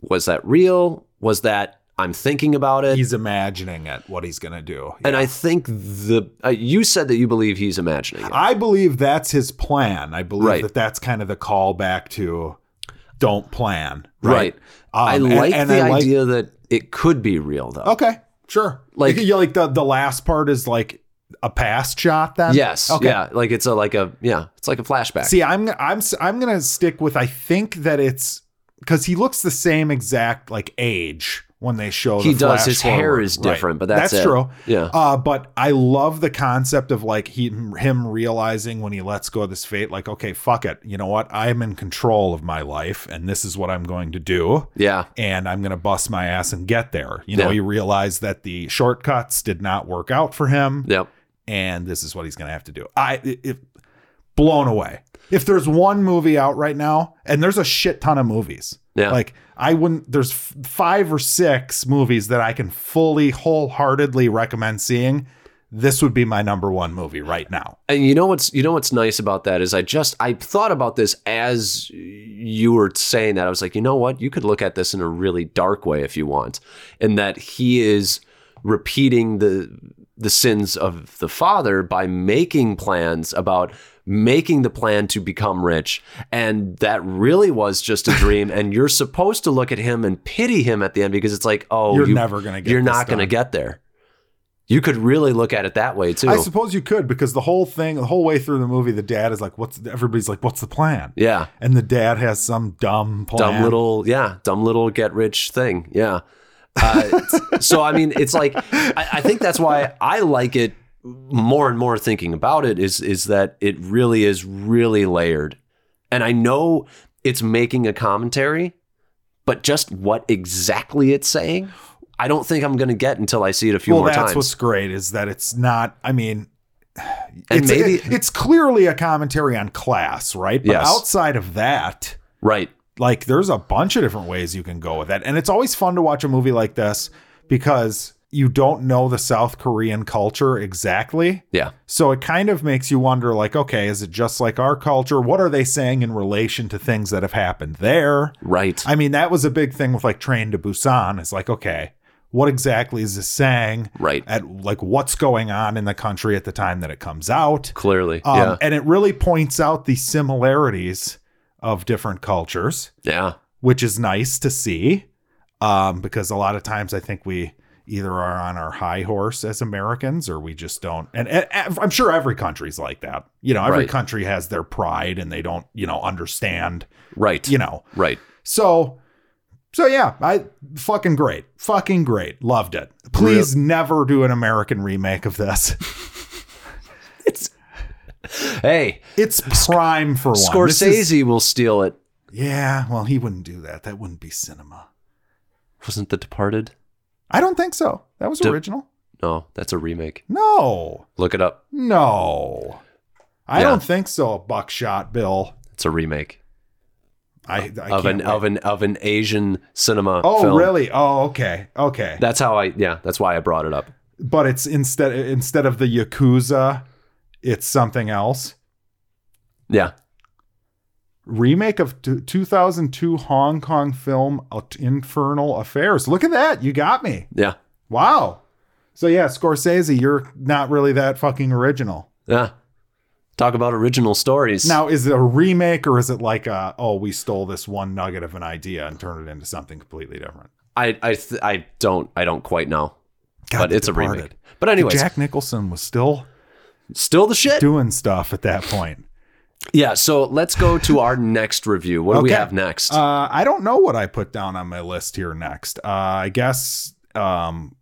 S2: was that real? Was that I'm thinking about it?
S1: He's imagining it what he's gonna do.
S2: and I think the uh, you said that you believe he's imagining it.
S1: I believe that's his plan. I believe
S2: Right.
S1: that that's kind of the callback to don't plan.
S2: Right.
S1: Right. Um,
S2: I
S1: and-
S2: like
S1: and
S2: the
S1: I like-
S2: idea that it could be real though.
S1: okay. Sure.
S2: Like-
S1: Like you like the the last part is like a past shot then.
S2: Yes.
S1: Okay.
S2: Yeah. Like it's a like a yeah. It's like a flashback.
S1: See, I'm I'm I'm gonna stick with I think that it's because he looks the same exact like age when they show.
S2: He
S1: the
S2: does.
S1: flash
S2: His hair
S1: forward.
S2: is different, but that's it.
S1: true.
S2: Yeah.
S1: Uh, but I love the concept of like he him realizing when he lets go of this fate, like okay, fuck it, you know what? I'm in control of my life, and this is what I'm going to do.
S2: yeah.
S1: And I'm gonna bust my ass and get there. You know,
S2: Yeah.
S1: he realized that the shortcuts did not work out for him
S2: Yep.
S1: and this is what he's going to have to do. I it, it- blown away. If there's one movie out right now, and there's a shit ton of movies,
S2: Yeah.
S1: like I wouldn't. There's f- five or six movies that I can fully, wholeheartedly recommend seeing. This would be my number one movie right now.
S2: And you know what's you know what's nice about that is I just I thought about this as you were saying that I was like you know what you could look at this in a really dark way if you want and that he is repeating the the sins of the father by making plans about making the plan to become rich and that really was just a dream and you're supposed to look at him and pity him at the end because it's like oh
S1: you're
S2: you-
S1: never going to get.
S2: you're
S1: this
S2: not going to
S1: done.
S2: get there you could really look at it that way too
S1: I suppose you could because the whole thing, the whole way through the movie, the dad is like, "What's?" Everybody's like, "What's the plan?"
S2: yeah
S1: And the dad has some dumb plan.
S2: dumb little yeah dumb little get rich thing yeah uh, so i mean it's like I, I think that's why i like it more and more thinking about it is is that it really is really layered and i know it's making a commentary but just what exactly it's saying i don't think i'm going to get until i see it a few
S1: well,
S2: more
S1: that's
S2: times
S1: what's great is that it's not. I mean,
S2: And
S1: it's,
S2: maybe-
S1: it- it's clearly a commentary on class, right? But
S2: Yes.
S1: outside of that,
S2: Right.
S1: like there's a bunch of different ways you can go with that. And it's always fun to watch a movie like this because you don't know the South Korean culture exactly.
S2: Yeah.
S1: So it kind of makes you wonder like, okay, is it just like our culture? What are they saying in relation to things that have happened there?
S2: Right.
S1: I mean, that was a big thing with like Train to Busan. It's like, okay, what exactly is this saying?
S2: right.
S1: At like what's going on in the country at the time that it comes out.
S2: Clearly.
S1: Um,
S2: yeah.
S1: And it really points out the similarities of different cultures,
S2: Yeah.
S1: which is nice to see um, because a lot of times I think we either are on our high horse as Americans or we just don't. And, and- and I'm sure every country's like that. You know, every
S2: Right.
S1: country has their pride and they don't, you know, understand,
S2: Right.
S1: you know.
S2: Right.
S1: So. So yeah, I fucking great. Fucking great. Loved it. Please never do an American remake of this.
S2: Hey,
S1: It's prime for one. This
S2: Scorsese
S1: is-
S2: will steal it.
S1: Yeah, well, he wouldn't do that. That wouldn't be cinema.
S2: Wasn't The Departed?
S1: I don't think so. That was
S2: Dep-
S1: original.
S2: No, that's a remake.
S1: No,
S2: Look it up.
S1: no, I
S2: Yeah.
S1: don't think so. Buckshot Bill.
S2: It's a remake
S1: I, I
S2: of an
S1: can't
S2: of
S1: wait.
S2: an of an Asian cinema.
S1: Oh
S2: film.
S1: really? Oh okay, okay.
S2: That's how I. Yeah, that's why I brought it up.
S1: but it's instead instead of the yakuza, it's something else.
S2: Yeah.
S1: Remake of t- 2002 Hong Kong film uh, Infernal Affairs. Look at that. You got me.
S2: Yeah.
S1: Wow. So yeah, Scorsese, you're not really that fucking original.
S2: Yeah. Talk about original stories.
S1: Now, is it a remake or is it like a oh we stole this one nugget of an idea and turned it into something completely different?
S2: I I th- I don't I don't quite know, but
S1: The
S2: it's a
S1: Departed.
S2: remake. But anyways,
S1: Jack Nicholson was still
S2: still the shit.
S1: doing stuff at that point.
S2: Yeah. So let's go to our next review. What do we
S1: Okay.
S2: have next?
S1: Uh, I don't know what I put down on my list here next. Uh, I guess um,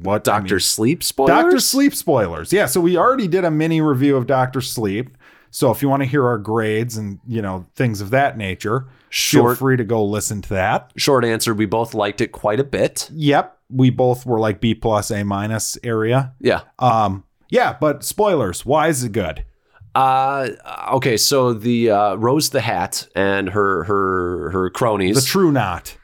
S1: what I
S2: Doctor
S1: mean-
S2: Sleep spoilers.
S1: Doctor Sleep spoilers. Yeah, so we already did a mini review of Doctor Sleep. So if you want to hear our grades and you know things of that nature, feel
S2: Short.
S1: free to go listen to that.
S2: Short answer: We both liked it quite a bit.
S1: Yep, we both were like B plus A minus area.
S2: Yeah.
S1: Um, yeah, but spoilers. Why is it good?
S2: Uh, okay, so the uh, Rose the Hat and her her her cronies.
S1: The true knot,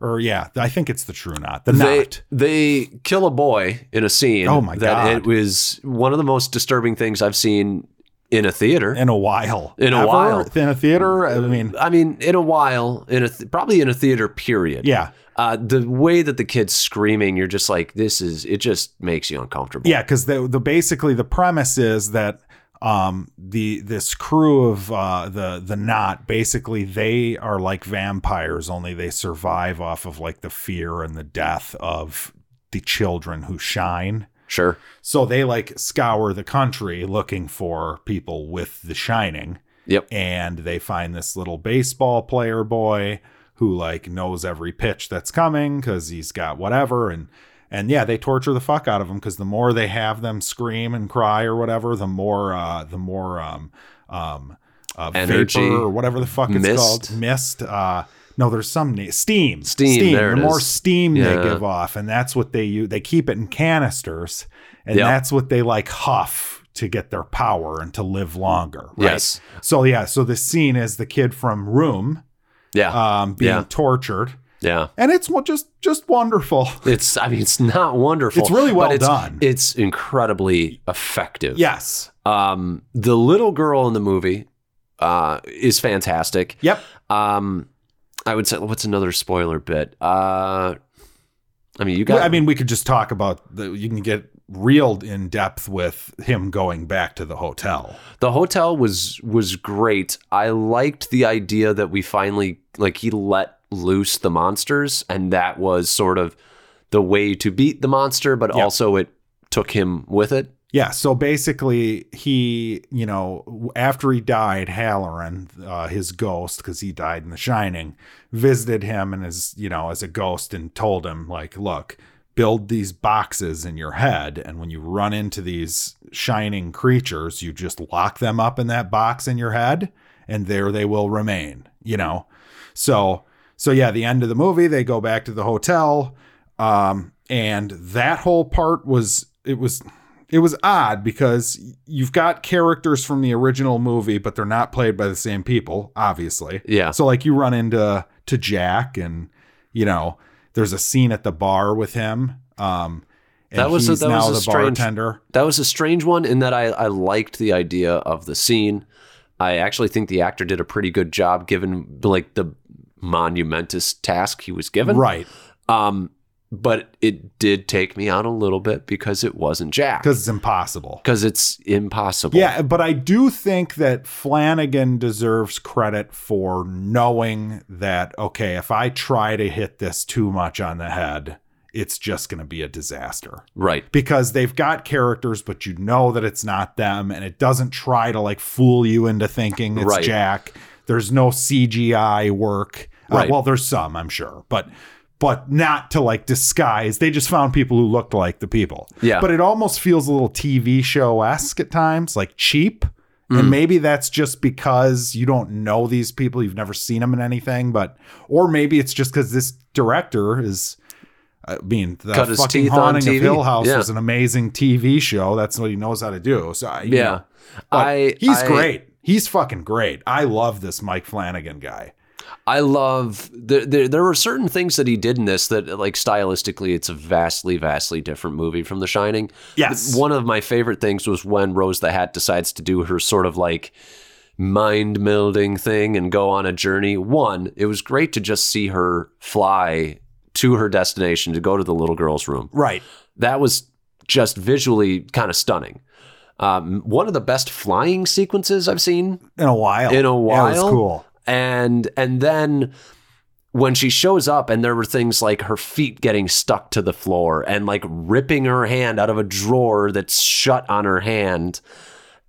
S1: or yeah, I think it's the true knot. The
S2: they,
S1: knot.
S2: they kill a boy in a scene.
S1: Oh my
S2: that
S1: God.
S2: It was one of the most disturbing things I've seen in a theater.
S1: In a while.
S2: In a while.
S1: In a theater. I mean,
S2: I mean, in a while, in a th- probably in a theater period.
S1: yeah,
S2: Uh, the way that the kid's screaming, you're just like, this is. It just makes you uncomfortable.
S1: yeah, because the the basically the premise is that um the this crew of uh the the knot basically they are like vampires only they survive off of like the fear and the death of the children who shine
S2: Sure.
S1: So they like scour the country looking for people with the shining.
S2: Yep.
S1: And they find this little baseball player boy who like knows every pitch that's coming because he's got whatever. And and yeah, they torture the fuck out of him because the more they have them scream and cry or whatever, the more uh the more um um uh,
S2: Energy.
S1: vapor or whatever the fuck it's
S2: Mist.
S1: called mist. Uh no, there's some na- steam.
S2: Steam, there
S1: the
S2: it
S1: more
S2: is.
S1: steam
S2: Yeah.
S1: they give off, and that's what they use. They keep it in canisters, and
S2: Yep.
S1: that's what they like huff to get their power and to live longer. Right?
S2: Yes.
S1: So yeah. So the scene is the kid from Room
S2: Yeah.
S1: um, being
S2: Yeah.
S1: tortured,
S2: yeah.
S1: and it's mo- just just wonderful.
S2: It's. I mean, it's not wonderful.
S1: It's really
S2: but
S1: well
S2: it's-
S1: done.
S2: It's incredibly effective.
S1: yes.
S2: Um, the little girl in the movie uh, is fantastic.
S1: Yep.
S2: Um, I would say what's another spoiler bit? Uh, I mean, you got.
S1: I mean, we could just talk about the. You can get reeled in depth with him going back to the hotel.
S2: the hotel was was great. I liked the idea that we finally like he let loose the monsters, and that was sort of the way to beat the monster, but
S1: Yeah.
S2: also it took him with it.
S1: Yeah, so basically, he, you know, w- after he died, Halloran, uh, his ghost, because he died in The Shining, visited him and is, you know, as a ghost and told him, like, look, build these boxes in your head. And when you run into these shining creatures, you just lock them up in that box in your head and there they will remain, you know? So, so yeah, the end of the movie, they go back to the hotel. Um, and that whole part was, it was, it was odd because you've got characters from the original movie, but they're not played by the same people, obviously.
S2: Yeah.
S1: So like you run into to Jack, and you know there's a scene at the bar with him. Um, and
S2: That was a-
S1: he's
S2: that
S1: now
S2: was a
S1: the
S2: strange-
S1: bartender.
S2: That was a strange one in that I, I liked the idea of the scene. I actually think the actor did a pretty good job given like the monumentous task he was given.
S1: Right,
S2: Um, but it did take me out a little bit because it wasn't Jack.
S1: because it's impossible.
S2: Because it's impossible.
S1: Yeah, but I do think that Flanagan deserves credit for knowing that, okay, if I try to hit this too much on the head, it's just going to be a disaster
S2: Right.
S1: because they've got characters, but you know that it's not them and it doesn't try to like fool you into thinking it's
S2: Right.
S1: Jack. There's no CGI work. Uh,
S2: Right.
S1: well, there's some, I'm sure, but but not to like disguise. They just found people who looked like the people.
S2: Yeah.
S1: But it almost feels a little TV show esque at times, like cheap.
S2: Mm.
S1: And maybe that's just because you don't know these people, you've never seen them in anything, but or maybe it's just because this director is. I mean, the
S2: Cut his
S1: fucking
S2: teeth on
S1: haunting of
S2: TV.
S1: Hill House
S2: Yeah.
S1: was an amazing TV show. That's what he knows how to do. So I, you
S2: Yeah.
S1: know. But
S2: I
S1: he's
S2: I-
S1: great. He's fucking great. I love this Mike Flanagan guy.
S2: I love there, there. There were certain things that he did in this that, like stylistically, it's a vastly, vastly different movie from The Shining.
S1: Yes.
S2: One of my favorite things was when Rose the Hat decides to do her sort of like mind melding thing and go on a journey. One, it was great to just see her fly to her destination to go to the little girl's room.
S1: Right.
S2: That was just visually kind of stunning. Um, one of the best flying sequences I've seen
S1: In a while.
S2: In a
S1: Yeah, it
S2: while?
S1: was cool.
S2: and and then when she shows up and there were things like her feet getting stuck to the floor and like ripping her hand out of a drawer that's shut on her hand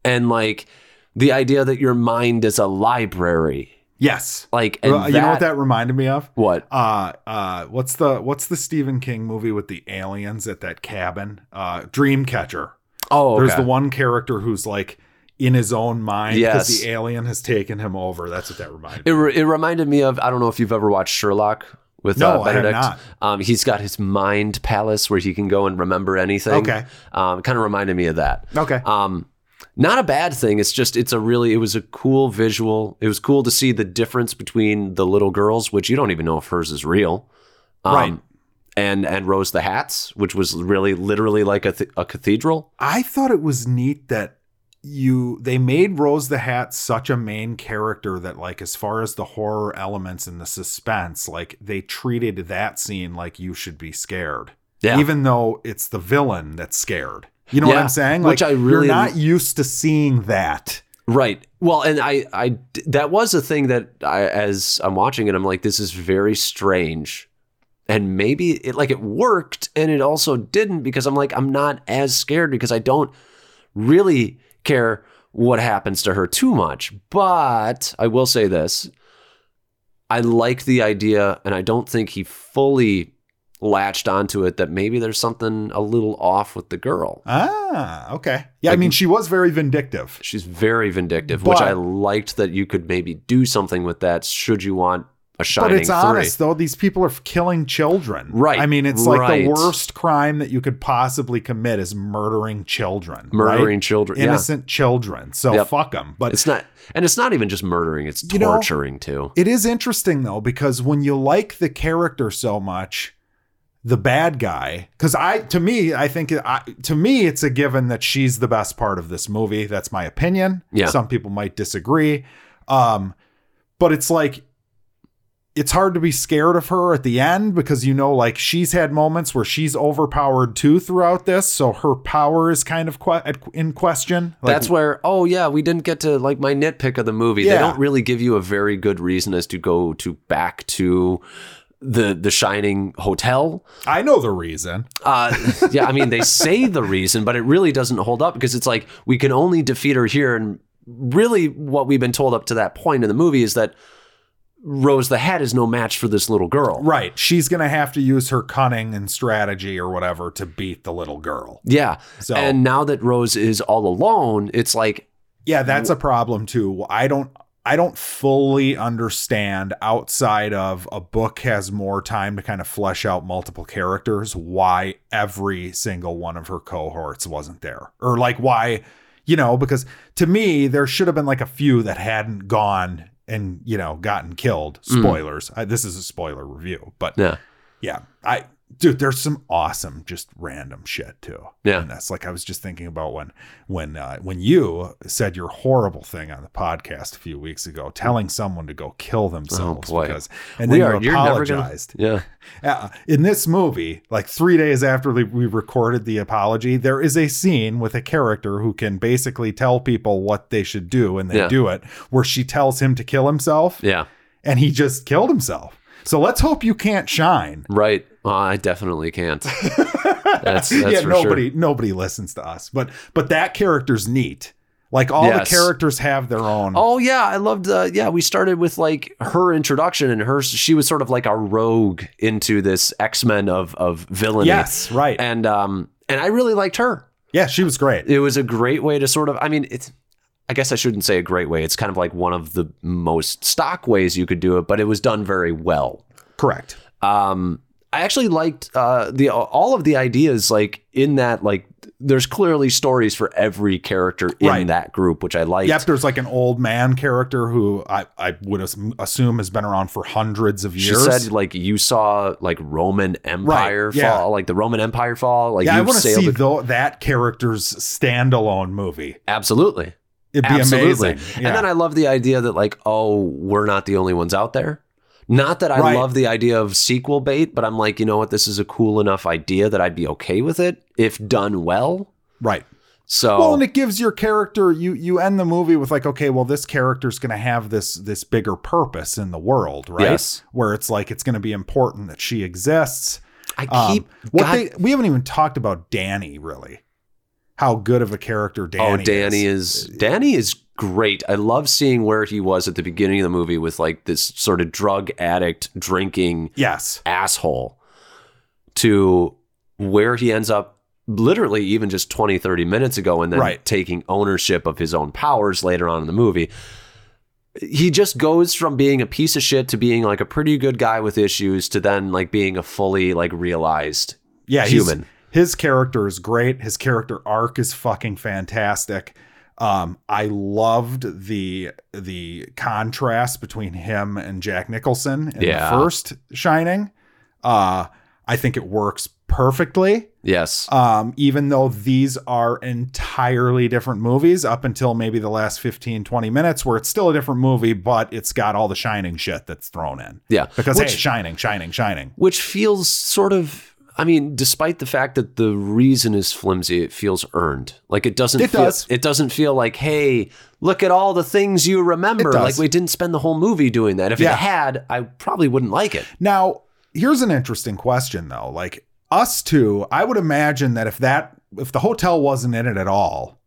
S2: and like the idea that your mind is a library
S1: Yes.
S2: like and
S1: Uh, you know what that reminded me of?
S2: what
S1: Uh, uh, what's the what's the Stephen King movie with the aliens at that cabin? Uh, Dreamcatcher.
S2: oh
S1: There's
S2: okay.
S1: the one character who's like in his own mind because
S2: Yes.
S1: the alien has taken him over. That's what that reminded
S2: it,
S1: me. of.
S2: re- it reminded me of I don't know if you've ever watched Sherlock with
S1: No,
S2: uh,
S1: I have
S2: Benedict.
S1: not.
S2: Um, he's got his mind palace where he can go and remember anything.
S1: Okay.
S2: um, kind of reminded me of that.
S1: Okay.
S2: Um, not a bad thing. It's just it's a really it was a cool visual. It was cool to see the difference between the little girls, which you don't even know if hers is real, um,
S1: Right.
S2: And and Rose the Hats, which was really literally like a, th- a cathedral.
S1: I thought it was neat that you they made Rose the Hat such a main character that like as far as the horror elements and the suspense, like they treated that scene like you should be scared.
S2: Yeah,
S1: Even though it's the villain that's scared. You know what
S2: Yeah,
S1: I'm saying?
S2: which I really-
S1: you're not used to seeing that.
S2: right. Well, and I I that was a thing that I as I'm watching it, I'm like, this is very strange. And maybe it like it worked and it also didn't because I'm like, I'm not as scared because I don't really care what happens to her too much. But I will say this I like the idea, and I don't think he fully latched onto it that maybe there's something a little off with the girl.
S1: Ah, okay. Yeah, I
S2: Like-
S1: mean she was very vindictive.
S2: She's very vindictive, which
S1: But-
S2: I liked that you could maybe do something with that should you want a
S1: But
S2: shining
S1: it's honest
S2: three.
S1: though; these people are f- killing children.
S2: Right,
S1: I mean, it's like
S2: right.
S1: the worst crime that you could possibly commit is murdering children. right?
S2: Murdering children.
S1: innocent children. So
S2: Yep.
S1: fuck them.
S2: yeah.
S1: But
S2: It's not and it's not even just murdering, it's
S1: You know-
S2: torturing too.
S1: it is interesting though because when you like the character so much, the bad guy. Because I, to me, I think I, to me it's a given that she's the best part of this movie. That's my opinion.
S2: Yeah.
S1: Some people might disagree. Um, but it's like it's hard to be scared of her at the end because you know like she's had moments where she's overpowered too throughout this so her power is kind of que- at- in question Like,
S2: That's where, oh yeah, we didn't get to like my nitpick of the movie. They
S1: Yeah.
S2: don't really give you a very good reason as to go to back to the the Shining Hotel.
S1: i know the reason
S2: Uh, yeah, I mean they say the reason, but it really doesn't hold up because it's like we can only defeat her here, and really what we've been told up to that point in the movie is that Rose the Hat is no match for this little girl.
S1: Right. She's going to have to use her cunning and strategy or whatever to beat the little girl.
S2: Yeah,
S1: So,
S2: and now that Rose is all alone, it's like
S1: yeah, that's a problem too. I don't I don't fully understand outside of a book has more time to kind of flesh out multiple characters why every single one of her cohorts wasn't there or like why you know because to me there should have been like a few that hadn't gone and you know gotten killed
S2: Mm.
S1: spoilers I, this is a spoiler review but
S2: Yeah.
S1: yeah I dude there's some awesome just random shit too
S2: Yeah.
S1: in this like I was just thinking about when when uh, when you said your horrible thing on the podcast a few weeks ago, telling someone to go kill themselves
S2: Oh, boy.
S1: because and
S2: We
S1: then
S2: are-
S1: you
S2: you're never gonna-
S1: apologized.
S2: Yeah.
S1: Uh, in this movie, like three days after we- we recorded the apology, there is a scene with a character who can basically tell people what they should do and they
S2: Yeah.
S1: do it, where she tells him to kill himself
S2: Yeah.
S1: and he just killed himself. So let's hope you can't shine.
S2: Right. Uh, I definitely can't. That's, that's
S1: yeah,
S2: for
S1: nobody nobody listens to us, but but that character's neat. Like all
S2: Yes.
S1: the characters have their own.
S2: Oh yeah, I loved. Uh, yeah, we started with like her introduction and her. She was sort of like a rogue into this X Men of of villainy.
S1: yes, right.
S2: and um, and I really liked her.
S1: yeah, she was great.
S2: It was a great way to sort of. I mean, it's. I guess I shouldn't say a great way. It's kind of like one of the most stock ways you could do it, but it was done very well.
S1: Correct.
S2: Um, I actually liked uh, the all of the ideas like in that like there's clearly stories for every character in
S1: Right.
S2: that group, which I liked.
S1: Yep, there's like an old man character who I, I would as- assume has been around for hundreds of
S2: She
S1: years.
S2: said like you saw like Roman Empire
S1: yeah.
S2: fall, like the Roman Empire fall, like
S1: yeah, I
S2: you
S1: want to
S2: sailed
S1: see
S2: the-
S1: tho- that character's standalone movie.
S2: absolutely,
S1: It'd be
S2: absolutely.
S1: amazing. Yeah.
S2: And then I love the idea that like oh we're not the only ones out there. Not that I
S1: Right.
S2: love the idea of sequel bait, but I'm like you know what this is a cool enough idea that I'd be okay with it if done well.
S1: right.
S2: So
S1: Well, and it gives your character you you end the movie with like, okay, well, this character's gonna have this this bigger purpose in the world, right?
S2: Yes.
S1: Where it's like it's gonna be important that she exists.
S2: I
S1: Um,
S2: keep
S1: what
S2: God-
S1: they we haven't even talked about Danny really. How good of a character Danny
S2: oh Danny
S1: is. uh,
S2: is. Danny is great. I love seeing where he was at the beginning of the movie with like this sort of drug addict drinking
S1: Yes.
S2: asshole to where he ends up literally even just 20 30 minutes ago and then
S1: Right.
S2: taking ownership of his own powers later on in the movie he just goes from being a piece of shit to being like a pretty good guy with issues to then like being a fully like realized
S1: yeah, he's-
S2: human.
S1: His character is great. His character arc is fucking fantastic. Um, I loved the the contrast between him and Jack Nicholson in
S2: Yeah.
S1: the first Shining. Uh, I think it works perfectly.
S2: yes
S1: Um, even though these are entirely different movies up until maybe the last 15, 20 minutes, where it's still a different movie, but it's got all the Shining shit that's thrown in.
S2: yeah
S1: Because
S2: Which-
S1: hey, Shining, Shining, Shining.
S2: which feels sort of I mean, despite the fact that the reason is flimsy, it feels earned. Like it doesn't
S1: It
S2: feel,
S1: does.
S2: it doesn't feel like, hey, look at all the things you remember.
S1: It does.
S2: Like we didn't spend the whole movie doing that. If
S1: Yeah.
S2: it had, I probably wouldn't like it.
S1: Now, here's an interesting question though. Like us two, I would imagine that if that if the hotel wasn't in it at all,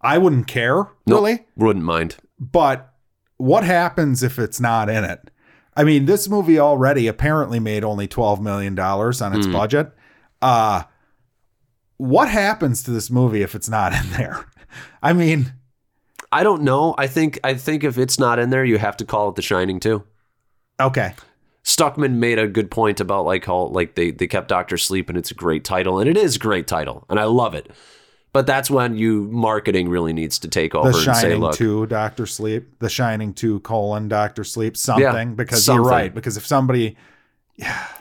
S1: I wouldn't care,
S2: Nope.
S1: really.
S2: Wouldn't mind.
S1: But what happens if it's not in it? I mean, this movie already apparently made only 12 million dollars on its
S2: Mm.
S1: budget. Uh what happens to this movie if it's not in there? I mean,
S2: I don't know. I think I think if it's not in there, you have to call it The Shining too.
S1: okay.
S2: Stuckman made a good point about like how like they they kept Doctor Sleep and it's a great title and it is a great title and I love it. But that's when you marketing really needs to take over
S1: The
S2: and say,
S1: Shining
S2: look,
S1: Two, Doctor Sleep, The Shining Two colon Doctor Sleep, something because
S2: something.
S1: you're right. Because if somebody,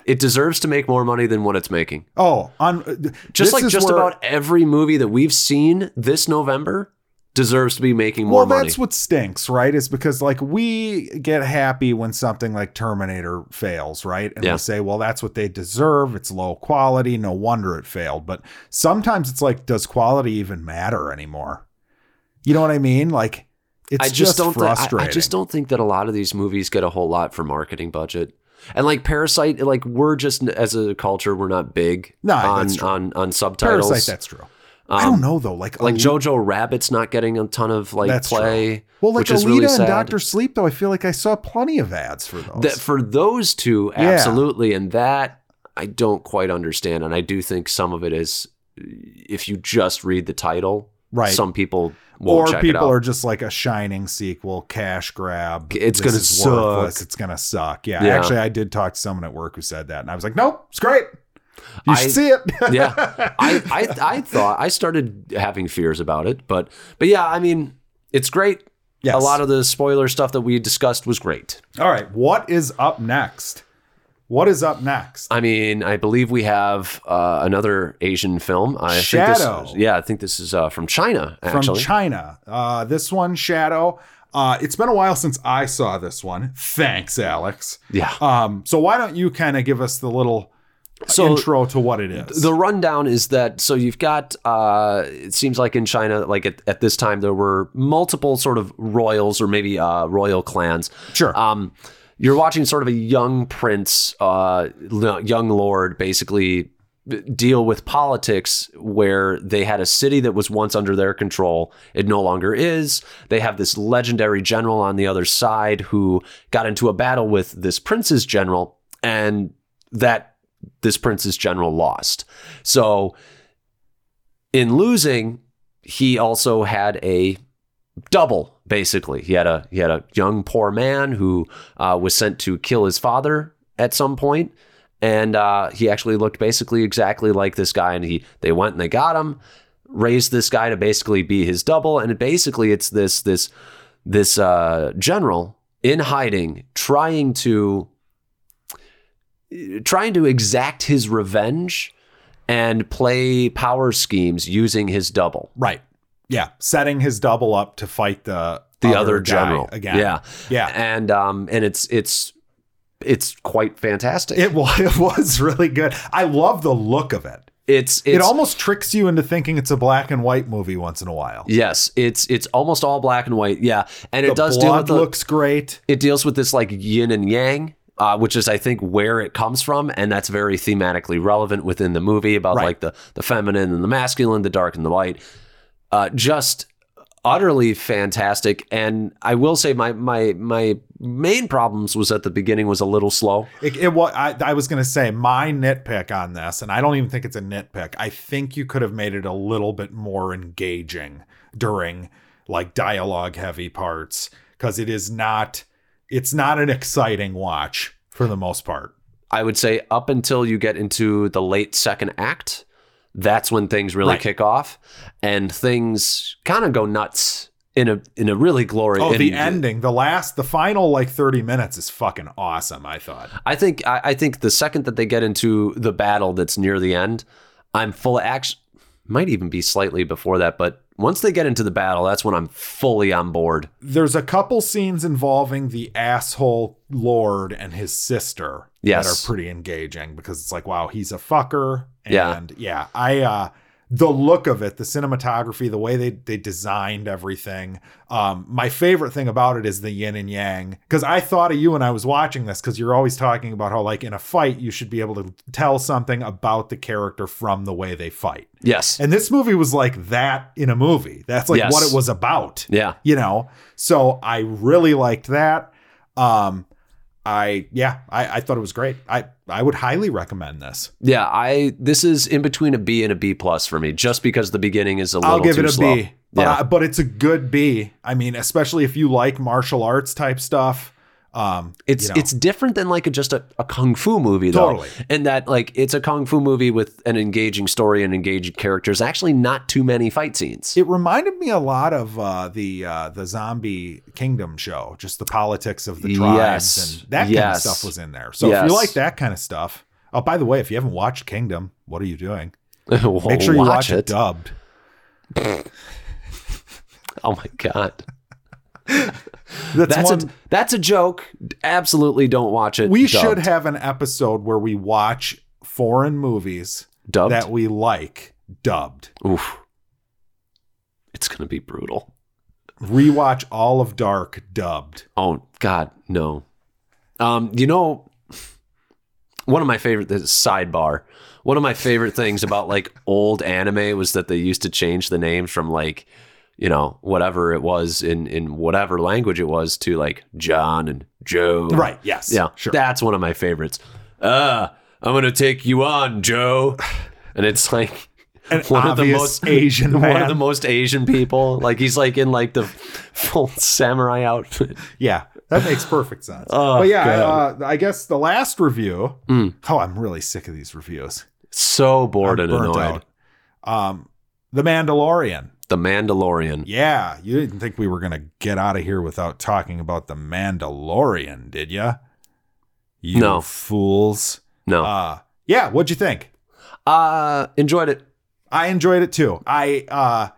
S2: it deserves to make more money than what it's making.
S1: oh, on
S2: Just
S1: this
S2: like
S1: is
S2: just
S1: where-
S2: about every movie that we've seen this November deserves to be making more
S1: well,
S2: money.
S1: that's what stinks, right? Is because like we get happy when something like Terminator fails, right? And
S2: Yeah.
S1: we say, well, that's what they deserve. It's low quality. No wonder it failed. But sometimes it's like, does quality even matter anymore? You know what I mean? Like, it's
S2: I just, don't. thi- I-
S1: frustrating.
S2: I, just don't think that a lot of these movies get a whole lot for marketing budget. And like Parasite, like we're just as a culture, we're not big
S1: No, that's
S2: on,
S1: true.
S2: on on subtitles.
S1: Parasite. That's true. I don't know though. Like,
S2: Um, Like
S1: Elite-
S2: Jojo Rabbit's not getting a ton of like
S1: That's
S2: play.
S1: Well, like
S2: which is
S1: Alita
S2: really
S1: and
S2: sad.
S1: Doctor Sleep, though, I feel like I saw plenty of ads for those.
S2: that for those two
S1: Yeah.
S2: absolutely and that i don't quite understand and i do think some of it is if you just read the title
S1: Right.
S2: some people
S1: or
S2: won't check it
S1: people
S2: out.
S1: are just like a shining sequel cash grab.
S2: It's gonna
S1: is
S2: suck.
S1: It's gonna suck. Yeah,
S2: Yeah.
S1: Actually, I did talk to someone at work who said that, and I was like, "Nope, it's great. You should
S2: I-
S1: see it."
S2: yeah, I, I I thought I started having fears about it, but but yeah, I mean, it's great.
S1: Yes.
S2: A lot of the spoiler stuff that we discussed was great.
S1: All right. What is up next? What is up next?
S2: I mean, I believe we have uh, another Asian film. I
S1: Shadow.
S2: Think this, yeah, I think this is uh, from China.
S1: From
S2: Actually,
S1: China. Uh, this one, Shadow. Uh, it's been a while since I saw this one. Thanks, Alex.
S2: yeah.
S1: Um, so why don't you kind of give us the little
S2: So-
S1: intro to what it is?
S2: the rundown is that so you've got uh it seems like in china like at, at this time there were multiple sort of royals or maybe uh royal clans
S1: Sure.
S2: um you're watching sort of a young prince uh l- young lord basically deal with politics where they had a city that was once under their control it no longer is they have this legendary general on the other side who got into a battle with this prince's general and that this prince's general lost so in losing he also had a double basically he had a he had a young poor man who uh, was sent to kill his father at some point and uh, he actually looked basically exactly like this guy and he they went and they got him raised this guy to basically be his double and basically it's this this this uh, general in hiding trying to trying to exact his revenge and play power schemes using his double
S1: right. Yeah. Setting his double up to fight the
S2: the other,
S1: guy
S2: general
S1: again.
S2: yeah
S1: Yeah.
S2: and um and it's it's it's quite fantastic
S1: It was, it was really good. I love the look of it.
S2: it's it's
S1: it almost tricks you into thinking it's a black and white movie once in a while.
S2: yes it's it's almost all black and white yeah and
S1: the
S2: it does deal
S1: blood
S2: with the,
S1: looks great.
S2: it deals with this like yin and yang uh, which is i think where it comes from and that's very thematically relevant within the movie about
S1: Right.
S2: like the the feminine and the masculine the dark and the light uh, just utterly fantastic and i will say my my my main problems was at the beginning was a little slow
S1: It, it was. I, I was going to say my nitpick on this, and I don't even think it's a nitpick. I think you could have made it a little bit more engaging during like dialogue heavy parts because it is not. It's not an exciting watch for the most part.
S2: I would say up until you get into the late second act, that's when things really
S1: Right.
S2: kick off and things kind of go nuts in a in a really glory.
S1: Oh,
S2: in-
S1: the ending, the last, the final like thirty minutes is fucking awesome. I thought.
S2: I think I, I think the second that they get into the battle that's near the end, I'm full of action. Might even be slightly before that, but once they get into the battle, that's when I'm fully on board.
S1: there's a couple scenes involving the asshole lord and his sister
S2: Yes.
S1: that are pretty engaging because it's like wow he's a fucker
S2: Yeah.
S1: and yeah, i uh the look of it the cinematography the way they they designed everything um my favorite thing about it is the yin and yang because i thought of you when i was watching this because you're always talking about how like in a fight you should be able to tell something about the character from the way they fight
S2: Yes.
S1: and this movie was like that in a movie that's like
S2: Yes.
S1: what it was about
S2: yeah.
S1: you know so i really liked that um i yeah i, I thought it was great i i would highly recommend this
S2: Yeah. I this is in between a B and a B plus for me, just because the beginning is a little
S1: i'll give
S2: too
S1: it a B,
S2: slow.
S1: but
S2: Yeah.
S1: I- but it's a good b i mean especially if you like martial arts type stuff um you
S2: It's
S1: know.
S2: it's different than like a, just a, a kung fu movie though.
S1: Totally.
S2: And that like it's a kung fu movie with an engaging story and engaging characters. Actually, not too many fight scenes.
S1: it reminded me a lot of uh, the uh, the zombie kingdom show, just the politics of the tribes
S2: Yes.
S1: and that kind of
S2: Yes.
S1: stuff was in there. So if
S2: Yes.
S1: you like that kind of stuff, oh by the way, if you haven't watched Kingdom, what are you doing?
S2: Well,
S1: Make sure you watch it dubbed.
S2: Oh my god,
S1: That's,
S2: that's
S1: one,
S2: a that's a joke. Absolutely, don't watch it.
S1: we
S2: dubbed.
S1: should have an episode where we watch foreign movies
S2: dubbed.
S1: that we like dubbed.
S2: Oof, it's gonna be brutal.
S1: Rewatch all of Dark dubbed.
S2: Oh God, no. Um, you know, one of my favorite this is sidebar. One of my favorite things about like old anime was that they used to change the names from like, you know, whatever it was in in whatever language it was to like John and Joe.
S1: Right, yes.
S2: Yeah.
S1: Sure.
S2: That's one of my favorites. Uh, I'm gonna take you on, Joe. And it's like
S1: an
S2: one of the
S1: obvious
S2: most
S1: Asian
S2: one
S1: man.
S2: of the most Asian people. Like he's like in like the full samurai outfit.
S1: Yeah, that makes perfect sense.
S2: Oh,
S1: but yeah, uh,
S2: God.
S1: I guess the last review.
S2: Mm.
S1: Oh, I'm really sick of these reviews.
S2: So bored
S1: I'm
S2: and
S1: burnt
S2: annoyed.
S1: out. Um, the Mandalorian.
S2: The Mandalorian.
S1: Yeah, you didn't think we were gonna get out of here without talking about the Mandalorian, did ya? You
S2: No.
S1: fools.
S2: No.
S1: Uh, yeah. What'd you think?
S2: Uh enjoyed it.
S1: I enjoyed it too. I uh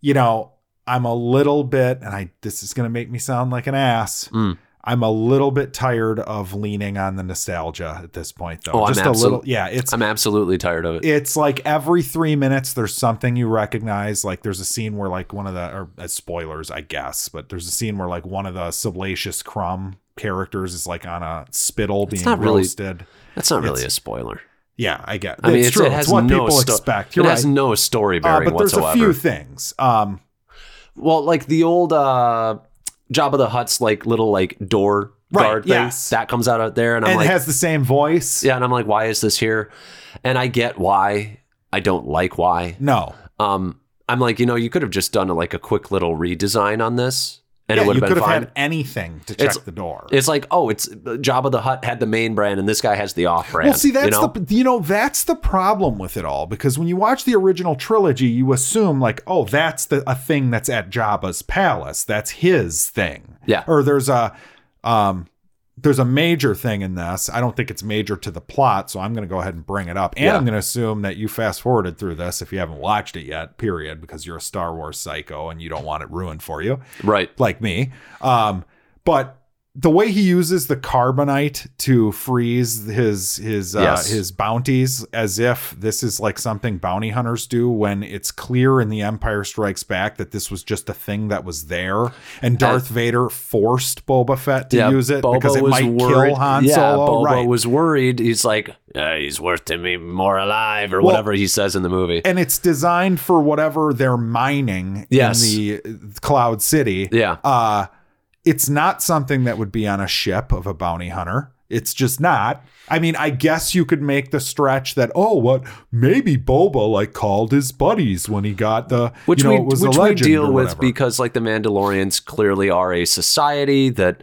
S1: you know, I'm a little bit and I this is going to make me sound like an ass.
S2: Mm.
S1: I'm a little bit tired of leaning on the nostalgia at this point though.
S2: Oh, I'm
S1: Just a
S2: absolute-
S1: little yeah, it's
S2: I'm absolutely tired of it.
S1: it's like every three minutes there's something you recognize. Like there's a scene where like one of the or uh, spoilers, I guess, but there's a scene where like one of the salacious crumb characters is like on a spittle being
S2: not really-
S1: roasted.
S2: That's not really
S1: it's-
S2: a spoiler.
S1: Yeah, I get.
S2: I mean,
S1: it's,
S2: it's-
S1: true.
S2: it has
S1: it's what
S2: no
S1: people
S2: sto-
S1: expect.
S2: It
S1: You're
S2: has
S1: right.
S2: no story
S1: Uh,
S2: bearing
S1: but there's
S2: whatsoever.
S1: a few things. Um,
S2: Well, like the old uh Jabba the Hutt's like little like door
S1: Right,
S2: guard thing
S1: yes.
S2: that comes out out there, and I'm
S1: and
S2: like,
S1: it has the same voice.
S2: yeah, and I'm like, why is this here? And I get why. I don't like why.
S1: No.
S2: Um, I'm like, you know, you could have just done like a quick little redesign on this, and
S1: Yeah,
S2: it would
S1: you
S2: have
S1: could
S2: been
S1: have
S2: fine.
S1: had anything to check
S2: It's-
S1: the door.
S2: it's like, oh, it's Jabba the Hutt had the main brand, and this guy has the off brand.
S1: Well, see, that's
S2: you know?
S1: the you know that's the problem with it all because when you watch the original trilogy, you assume like, oh, that's the a thing that's at Jabba's palace. That's his thing.
S2: Yeah.
S1: Or there's a um there's a major thing in this. I don't think it's major to the plot, so I'm going to go ahead and bring it up. And
S2: Yeah.
S1: I'm going to assume that you fast forwarded through this if you haven't watched it yet, period, because you're a Star Wars psycho and you don't want it ruined for you
S2: right.
S1: like me. Um, but the way he uses the carbonite to freeze his his uh,
S2: Yes.
S1: his bounties, as if this is like something bounty hunters do, when it's clear in The Empire Strikes Back that this was just a thing that was there, and Darth Vader forced Boba Fett to
S2: yeah,
S1: use it
S2: Boba
S1: because it
S2: was
S1: might
S2: worried.
S1: kill Han
S2: yeah,
S1: Solo.
S2: Boba
S1: right.
S2: was worried. He's like, uh, he's worth to me more alive, or
S1: Well-
S2: whatever he says in the movie.
S1: and it's designed for whatever they're mining
S2: Yes.
S1: in the Cloud City.
S2: yeah,
S1: uh it's not something that would be on a ship of a bounty hunter it's just not i mean i guess you could make the stretch that oh what maybe boba like called his buddies when he got the
S2: which
S1: you know
S2: we
S1: it was
S2: which
S1: a
S2: we
S1: legend
S2: deal
S1: or
S2: with
S1: whatever.
S2: because like the Mandalorians clearly are a society that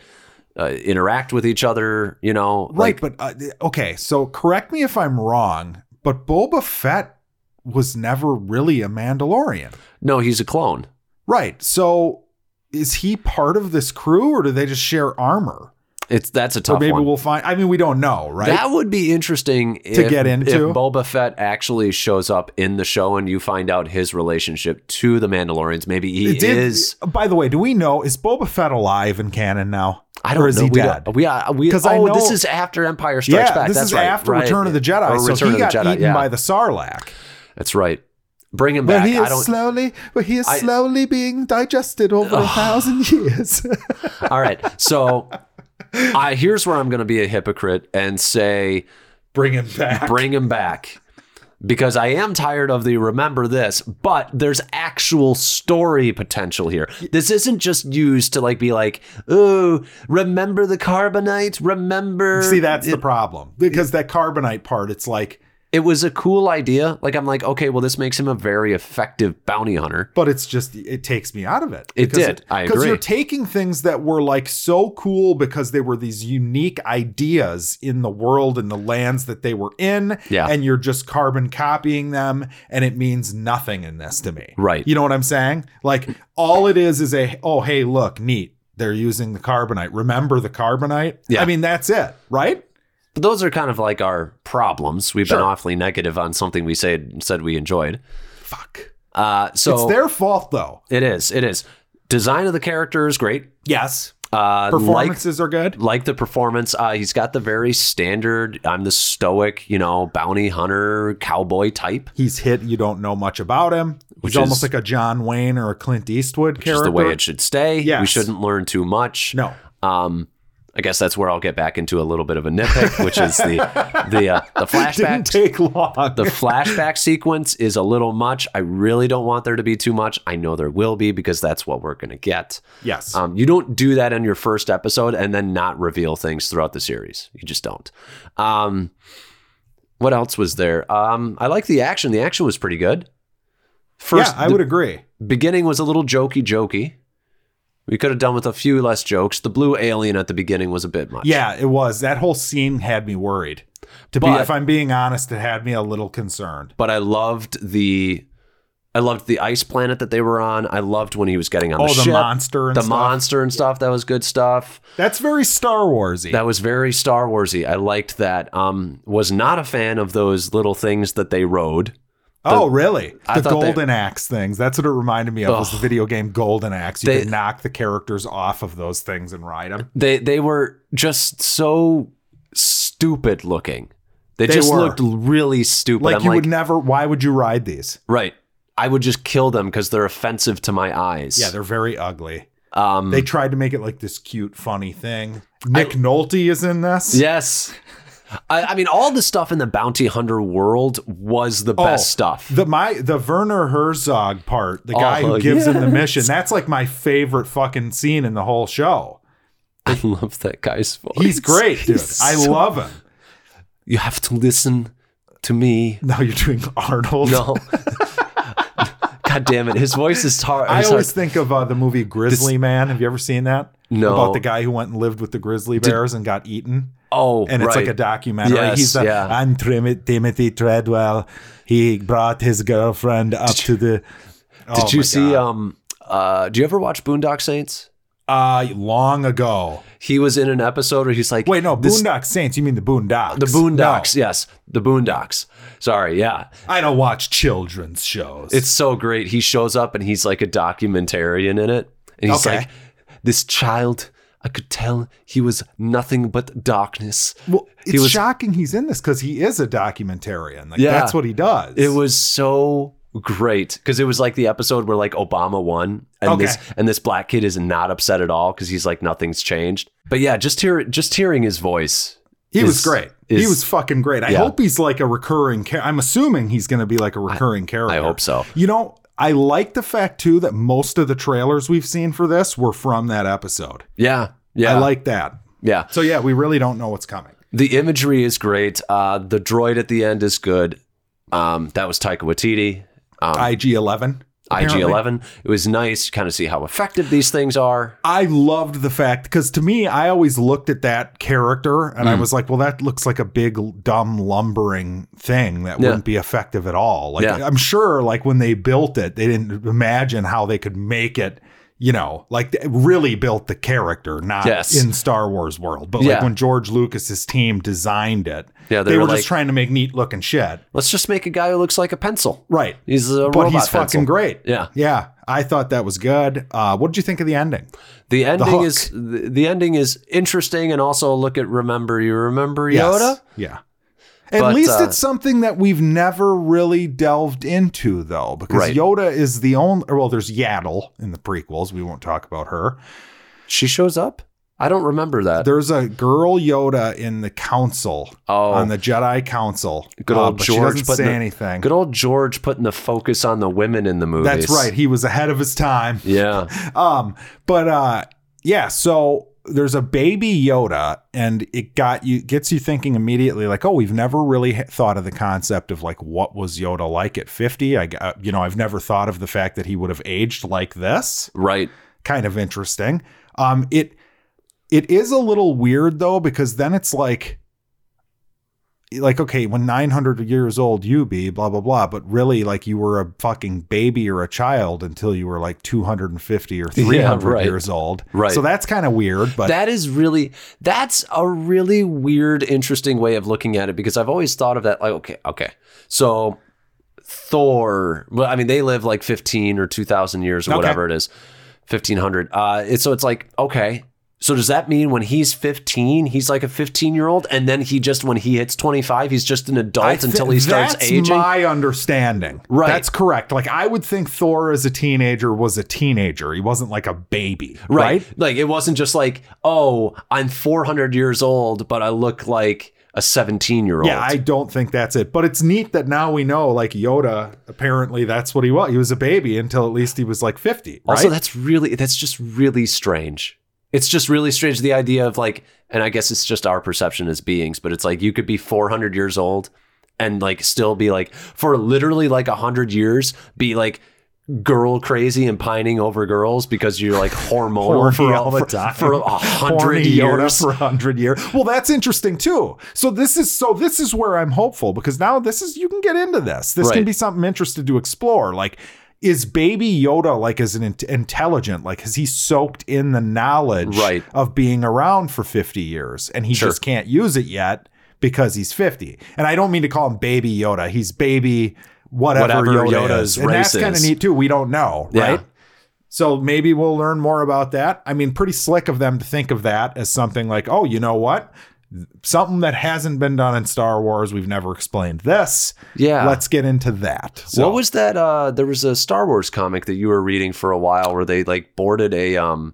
S2: uh, interact with each other. You know,
S1: right
S2: Like,
S1: but uh, th- okay so correct me if i'm wrong but boba fett was never really a mandalorian
S2: no, he's a clone.
S1: right so is he part of this crew or do they just share armor
S2: It's that's a
S1: or
S2: tough
S1: maybe
S2: one.
S1: we'll find i mean we don't know right
S2: That would be interesting
S1: To
S2: if-
S1: get into.
S2: if Boba Fett actually shows up in the show and you find out his relationship to the Mandalorians. Maybe he
S1: It did-
S2: is.
S1: By the way, do we know is Boba Fett alive in canon now?
S2: I don't
S1: or is
S2: know.
S1: he
S2: we
S1: dead?
S2: Don't, we, uh, we,
S1: 'Cause
S2: oh,
S1: I know-
S2: this is after Empire Strikes
S1: yeah,
S2: Back.
S1: this
S2: That's
S1: is
S2: right,
S1: after
S2: right.
S1: Return of the Jedi.
S2: Or
S1: so
S2: Return
S1: he
S2: of
S1: got
S2: the Jedi.
S1: eaten
S2: yeah,
S1: by the Sarlacc.
S2: that's right. Bring him
S1: Well,
S2: back.
S1: he
S2: I
S1: is
S2: don't.
S1: slowly, but he is
S2: I-
S1: slowly being digested over a thousand years.
S2: All right. So, I here's where I'm going to be a hypocrite and say
S1: Bring him back.
S2: bring him back because I am tired of the remember this, but there's actual story potential here. This isn't just used to like be like, ooh, remember the carbonite? Remember?
S1: See, that's the problem because that carbonite part. It's like,
S2: It was a cool idea. Like I'm like, okay, well, this makes him a very effective bounty hunter.
S1: but it's just it takes me out of it.
S2: It
S1: Because
S2: did. I
S1: Because you're
S2: agree.
S1: taking things that were like so cool because they were these unique ideas in the world and the lands that they were in,
S2: Yeah.
S1: and you're just carbon copying them, and it means nothing in this to me.
S2: Right.
S1: You know what I'm saying? Like all it is is a oh hey look neat they're using the carbonite. Remember the carbonite?
S2: Yeah.
S1: I mean that's it, right?
S2: But those are kind of like our problems. We've
S1: Sure.
S2: been awfully negative on something we said said we enjoyed.
S1: Fuck.
S2: Uh, so
S1: it's their fault though.
S2: it is. It is. Design of the characters great.
S1: Yes.
S2: Uh, like
S1: Performances are good.
S2: like the performance. Uh, he's got the very standard. I'm the stoic, you know, bounty hunter cowboy type.
S1: he's hit you don't know much about him
S2: Which
S1: he's almost
S2: is-
S1: like a john wayne or a clint eastwood
S2: Which is
S1: character
S2: the way it should stay. We
S1: Yes.
S2: shouldn't learn too much.
S1: no
S2: Um, I guess that's where I'll get back into a little bit of a nitpick, which is the the uh, the
S1: didn't
S2: flashback.
S1: take long
S2: the flashback sequence is a little much. I really don't want there to be too much. I know there will be because that's what we're going to get.
S1: yes
S2: Um, you don't do that in your first episode and then not reveal things throughout the series. You just don't. Um, What else was there? Um, I like the action. The action was pretty good. First,
S1: yeah, I
S2: the
S1: would agree.
S2: beginning was a little jokey, jokey. We could have done with a few less jokes. The blue alien at the beginning was a bit much.
S1: Yeah, it was. That whole scene had me worried. To be,
S2: But-
S1: if I'm being honest, it had me a little concerned.
S2: but I loved the I loved the ice planet that they were on. I loved when he was getting on
S1: Oh,
S2: the
S1: the
S2: ship,
S1: monster and
S2: the
S1: stuff.
S2: monster and stuff. That was good stuff.
S1: That's very Star Warsy.
S2: That was very Star Warsy. I liked that. Um, was not a fan of those little things that they rode.
S1: oh, really?
S2: I
S1: the
S2: thought they-
S1: Golden Axe things. That's what it reminded me of. Was the
S2: Ugh.
S1: video game Golden Axe? You
S2: They-
S1: could knock the characters off of those things and ride them.
S2: They they were just so stupid looking. They,
S1: They
S2: just
S1: were.
S2: looked really stupid.
S1: Like
S2: I'm
S1: you
S2: like,
S1: would never. Why would you ride these?
S2: right. I would just kill them because they're offensive to my eyes.
S1: Yeah, they're very ugly.
S2: um,
S1: They tried to make it like this cute, funny thing. Nick Nolte is in this.
S2: Yes. I, I mean, all the stuff in the bounty hunter world was the
S1: Oh,
S2: best stuff.
S1: The my the Werner Herzog part, the guy
S2: Oh,
S1: who gives him the
S2: yes.
S1: mission, that's like my favorite fucking scene in the whole show.
S2: I love that guy's voice.
S1: He's great, dude.
S2: He's
S1: I
S2: so-
S1: love him.
S2: You have to listen to me.
S1: Now you're doing Arnold.
S2: No. God damn it. His voice is hard.
S1: I
S2: it's
S1: always
S2: hard.
S1: think of uh, the movie Grizzly Man. Have you ever seen that?
S2: No.
S1: About the guy who went and lived with the grizzly bears and got eaten.
S2: Oh,
S1: And it's
S2: right.
S1: like a documentary.
S2: Yes,
S1: He's the,
S2: yeah.
S1: I'm Trim- Timothy Treadwell. He brought his girlfriend up to the.
S2: Did
S1: Oh
S2: you
S1: my
S2: see?
S1: God.
S2: Um, uh, do you ever watch Boondock Saints?
S1: Uh, long ago.
S2: He was in an episode where he's like,
S1: Wait, no,
S2: this-
S1: Boondock Saints. You mean the Boondocks?
S2: the Boondocks.
S1: No,
S2: Yes, the Boondocks. Sorry, yeah.
S1: I don't watch children's shows.
S2: It's so great. He shows up and he's like a documentarian in it. And he's
S1: Okay.
S2: like, this child, I could tell he was nothing but darkness.
S1: well,
S2: he
S1: it's
S2: was-
S1: shocking he's in this because he is a documentarian. Like
S2: Yeah.
S1: that's what he does.
S2: It was so great because it was like the episode where like Obama won and
S1: Okay.
S2: this and this black kid is not upset at all because he's like nothing's changed. But yeah, just hear just hearing his voice.
S1: he was
S2: is-
S1: great. he
S2: is-
S1: was fucking great. I
S2: yeah.
S1: hope he's like a recurring. Char- I'm assuming he's going to be like a recurring character.
S2: I hope so.
S1: You know, I like the fact too that most of the trailers we've seen for this were from that episode.
S2: Yeah. Yeah.
S1: I like that.
S2: yeah.
S1: So yeah, we really don't know what's coming.
S2: The imagery is great. Uh the droid at the end is good. Um that was Taika Waititi. Um,
S1: IG Eleven.
S2: IG Eleven. It was nice to kind of see how effective these things are.
S1: I loved the fact because to me, I always looked at that character and
S2: Mm.
S1: I was like, well, that looks like a big, dumb, lumbering thing that
S2: Yeah.
S1: wouldn't be effective at all. Like,
S2: Yeah.
S1: I'm sure, like, when they built it, they didn't imagine how they could make it, you know, like, they really built the character, not
S2: Yes.
S1: in Star Wars world. But like,
S2: Yeah.
S1: when George Lucas's team designed it,
S2: Yeah,
S1: they,
S2: they
S1: were,
S2: were
S1: just
S2: like-
S1: trying to make neat looking shit.
S2: Let's just make a guy who looks like a pencil.
S1: Right.
S2: He's a
S1: But
S2: robot
S1: he's fucking
S2: pencil.
S1: great.
S2: Yeah.
S1: Yeah. I thought that was good. Uh, what did you think of the ending?
S2: The ending
S1: hook.
S2: is the, the ending is interesting and also a look at remember you remember Yoda.
S1: Yes. Yeah. At
S2: But,
S1: least
S2: uh,
S1: it's something that we've never really delved into, though, because
S2: Right.
S1: Yoda is the only. Well, there's Yaddle in the prequels. We won't talk about her.
S2: She shows up. I don't remember that.
S1: There's a girl Yoda in the council
S2: Oh.
S1: on the Jedi Council. Uh,
S2: Good old
S1: but
S2: George
S1: She doesn't
S2: putting
S1: say
S2: the-
S1: anything.
S2: Good old George putting the focus on the women in the movies.
S1: That's right. He was ahead of his time.
S2: Yeah.
S1: Um, but uh, yeah. So there's a baby Yoda, and it got you gets you thinking immediately, like, oh, we've never really h- thought of the concept of like what was Yoda like at 50. I got- you know I've never thought of the fact that he would have aged like this.
S2: Right.
S1: Kind of interesting. Um, it it is a little weird though because then it's like like okay when 900 years old you be blah blah blah but really like you were a fucking baby or a child until you were like 250 or 300
S2: right.
S1: years old
S2: Right.
S1: so that's kind of weird but
S2: that is really that's a really weird interesting way of looking at it because i've always thought of that like okay okay so thor well i mean they live like 15 or 2000 years or
S1: Okay.
S2: whatever it is 1500 uh it's, so it's like okay so does that mean when he's 15 he's like a 15 year old and then he just when he hits 25 he's just an adult
S1: I thi-
S2: until he starts
S1: that's
S2: aging
S1: my understanding
S2: Right.
S1: that's correct like i would think thor as a teenager was a teenager he wasn't like a baby
S2: right? Like it wasn't just like, oh, I'm 400 years old, but I look like a 17 year old.
S1: Yeah, I don't think that's it. But it's neat that now we know, like Yoda, apparently that's what he was. He was a baby until at least he was like 50, right?
S2: Also, that's really that's just really strange. It's just really strange the idea of like, and I guess it's just our perception as beings, but it's like you could be 400 years old and like still be like for literally like a hundred years be like girl crazy and pining over girls because you're like hormonal
S1: Horny
S2: for,
S1: all the
S2: for,
S1: time.
S2: for a hundred
S1: Horny Yoda
S2: years.
S1: for a hundred years. Well, that's interesting too. So this is so this is where I'm hopeful because now this is you can get into this. This
S2: Right.
S1: can be something interesting to explore. Like, is Baby Yoda like as an int- intelligent? Like, has he soaked in the knowledge
S2: Right.
S1: of being around for fifty years and he
S2: Sure.
S1: just can't use it yet because he's fifty? And I don't mean to call him Baby Yoda. He's Baby whatever,
S2: Whatever
S1: Yoda
S2: Yoda's
S1: is, and that's
S2: race
S1: kind of
S2: is.
S1: neat too. We don't know,
S2: Yeah.
S1: right? So maybe we'll learn more about that. I mean, pretty slick of them to think of that as something like, oh, you know what? Something that hasn't been done in Star Wars. We've never explained this.
S2: Yeah.
S1: Let's get into that. So,
S2: What was that? Uh, there was a Star Wars comic that you were reading for a while where they like boarded a um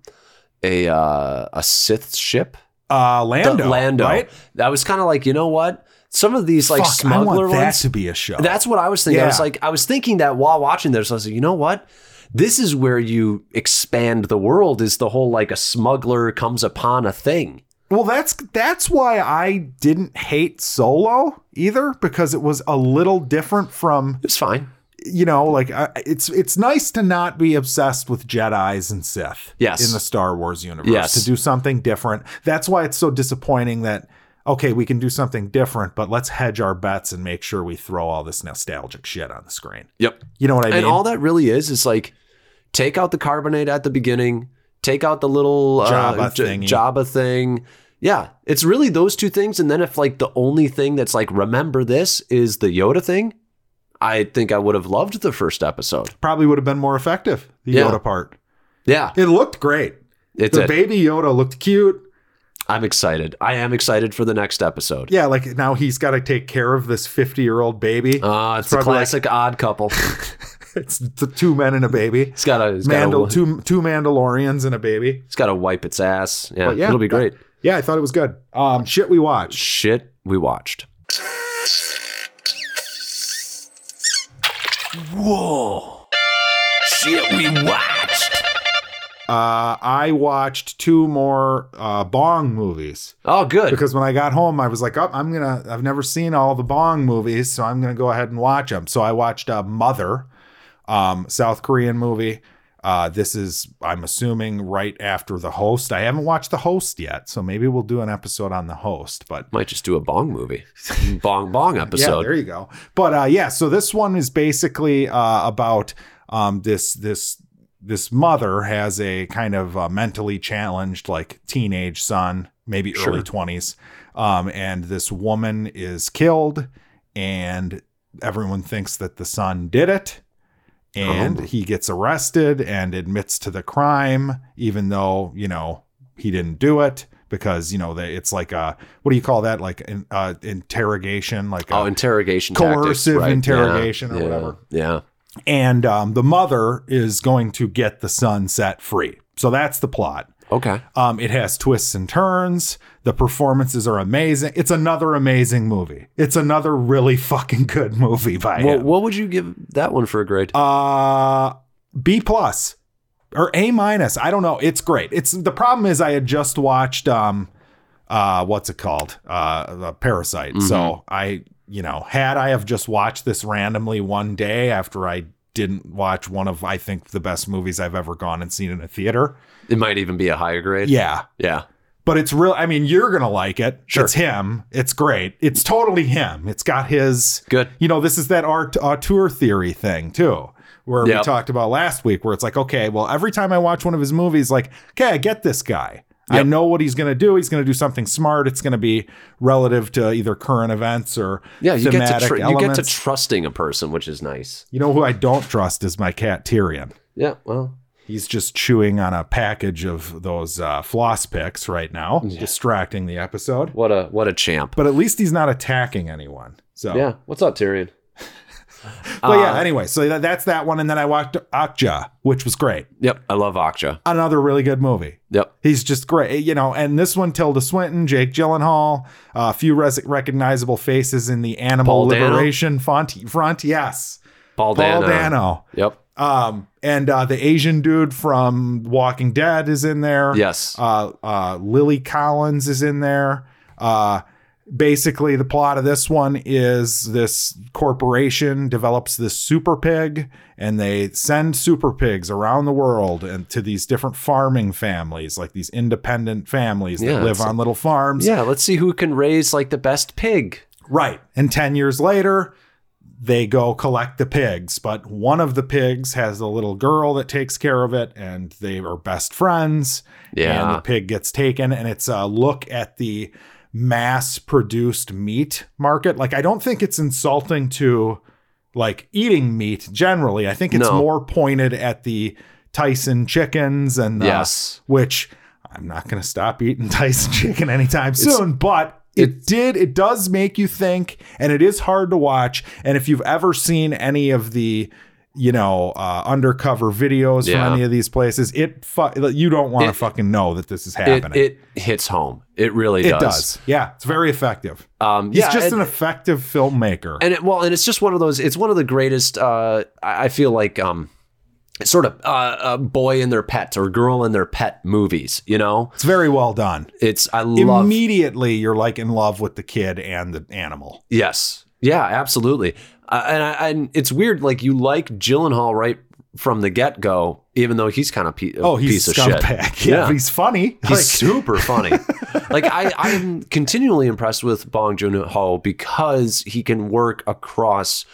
S2: a uh, a Sith ship.
S1: uh, Lando?
S2: The Lando.
S1: Right?
S2: That was kind of like you know what? Some of these like
S1: Fuck, I
S2: smuggler
S1: want that
S2: ones.
S1: to be a show.
S2: That's what I was thinking. I was
S1: Yeah.
S2: like, I was thinking that while watching this, I was like, you know what? This is where you expand the world. Is the whole like a smuggler comes upon a thing?
S1: Well, that's that's why I didn't hate Solo either because it was a little different from
S2: It was fine.
S1: you know like uh, it's it's nice to not be obsessed with Jedi's and Sith.
S2: Yes.
S1: in the Star Wars universe
S2: Yes.
S1: to do something different. That's why it's so disappointing that okay, we can do something different, but let's hedge our bets and make sure we throw all this nostalgic shit on the screen.
S2: Yep.
S1: You know what I mean?
S2: and all that really is is like take out the carbonate at the beginning, take out the little uh,
S1: Jabba
S2: J-
S1: thingy.
S2: Jabba thing. Yeah, it's really those two things. And then if like the only thing that's like remember this is the Yoda thing, I think I would have loved the first episode.
S1: Probably would have been more effective. The
S2: Yeah.
S1: Yoda part.
S2: Yeah,
S1: It looked great.
S2: it's
S1: the
S2: it.
S1: baby Yoda looked cute.
S2: I'm excited. I am excited for the next episode.
S1: Yeah, like now he's got to take care of this fifty-year-old baby.
S2: Uh, it's, the
S1: probably like-
S2: classic odd couple.
S1: it's the two men and a baby.
S2: It's got a it's got
S1: Mandal-
S2: a,
S1: two two Mandalorians and a baby.
S2: it's got to wipe its ass. Yeah,
S1: But yeah,
S2: it'll be great.
S1: Yeah, I thought it was good. Um, shit, we watched.
S2: Shit, we watched. Whoa. Shit, we watched.
S1: Uh, I watched two more uh, Bong movies.
S2: Oh, good.
S1: because when I got home, I was like, "Oh, I'm gonna. I've never seen all the Bong movies, so I'm gonna go ahead and watch them." So I watched uh, Mother, um, South Korean movie. Uh, this is, I'm assuming, right after the host. I haven't watched the host yet, so maybe we'll do an episode on the host. But
S2: Might just do a bong movie. bong bong
S1: yeah,
S2: episode.
S1: there you go. But uh, yeah, so this one is basically uh, about um, this this this mother has a kind of uh, mentally challenged like teenage son, maybe
S2: Sure.
S1: early twenties, um, and this woman is killed, and everyone thinks that the son did it. And
S2: Oh.
S1: he gets arrested and admits to the crime, even though, you know, he didn't do it because, you know, they, it's like a, what do you call that? Like an uh, interrogation, like
S2: Oh,
S1: a,
S2: interrogation.
S1: Coercive
S2: tactics, right?
S1: interrogation
S2: Yeah,
S1: or
S2: yeah,
S1: whatever.
S2: Yeah.
S1: and um, the mother is going to get the son set free. So that's the plot.
S2: Okay.
S1: Um, it has twists and turns. The performances are amazing. It's another amazing movie. It's another really fucking good movie by
S2: Well,
S1: him.
S2: what would you give that one for a grade?
S1: Uh, B plus or A minus. I don't know. It's great. It's the problem is I had just watched um, uh, what's it called? Uh, the Parasite. So I, you know, had I have just watched this randomly one day after I didn't watch one of I think the best movies I've ever gone and seen in a theater.
S2: It might even be a higher grade.
S1: Yeah.
S2: Yeah.
S1: But it's real. I mean, you're gonna like it.
S2: Sure.
S1: It's him. It's great. It's totally him. It's got his
S2: Good.
S1: you know, this is that art auteur theory thing too, where
S2: Yep.
S1: we talked about last week, where it's like, okay, well, every time I watch one of his movies, like, okay, I get this guy. I
S2: Yep.
S1: know what he's going to do. He's going to do something smart. It's going to be relative to either current events or
S2: Yeah, you get to
S1: thematic
S2: tr- you
S1: elements.
S2: get to trusting a person, which is nice.
S1: you know who I don't trust is my cat Tyrion.
S2: Yeah. Well,
S1: He's just chewing on a package of those uh, floss picks right now, distracting the episode.
S2: what a what a champ.
S1: But at least he's not attacking anyone. So
S2: Yeah. What's up, Tyrion?
S1: But yeah,
S2: Uh,
S1: anyway, so that, that's that one. And then I watched Akja, which was great.
S2: Yep. I love Akja.
S1: Another really good movie.
S2: Yep.
S1: He's just great, eh, you know. And this one, Tilda Swinton, Jake Gyllenhaal, uh, a few res- recognizable faces in the Animal
S2: Paul Dano?
S1: Liberation font front. Yes,
S2: Paul,
S1: Paul
S2: Dano.
S1: Dano.
S2: Yep.
S1: Um, and uh, the Asian dude from Walking Dead is in there.
S2: Yes.
S1: Uh, uh, Lily Collins is in there. Uh, basically the plot of this one is this corporation develops this super pig and they send super pigs around the world and to these different farming families like these independent families
S2: Yeah,
S1: that live
S2: it's-
S1: on little farms
S2: Yeah, let's see who can raise like the best pig.
S1: right and 10 years later they go collect the pigs but one of the pigs has a little girl that takes care of it and they are best friends and the pig gets taken and it's a look at the mass produced meat market like i don't think it's insulting to like eating meat generally i think it's
S2: No.
S1: more pointed at the tyson chickens and the,
S2: Yes.
S1: which i'm not going to stop eating tyson chicken anytime soon but it
S2: it's-
S1: did it does make you think and it is hard to watch and if you've ever seen any of the you know uh, undercover videos
S2: Yeah.
S1: from any of these places it fu- you don't want to
S2: It-
S1: fucking know that this is
S2: it,
S1: happening
S2: it hits home. It really
S1: it
S2: does.
S1: does. Yeah, it's very effective.
S2: Um,
S1: He's
S2: yeah,
S1: just
S2: and-
S1: an effective filmmaker.
S2: and it, well, and it's just one of those. It's one of the greatest. Uh, I I feel like um, sort of uh, a boy and their pet or girl and their pet movies. You know,
S1: it's very well done.
S2: it's I love.
S1: Immediately, you're like in love with the kid and the animal.
S2: yes, yeah, absolutely. Uh, and I, and it's weird. Like you like Gyllenhaal right from the get go, even though he's kind of pe- a
S1: Oh, he's
S2: piece
S1: a
S2: of shit.
S1: scumbag. Yeah,
S2: Yeah.
S1: but he's funny.
S2: He's super funny. like I, I'm continually impressed with Bong Joon Ho because he can work across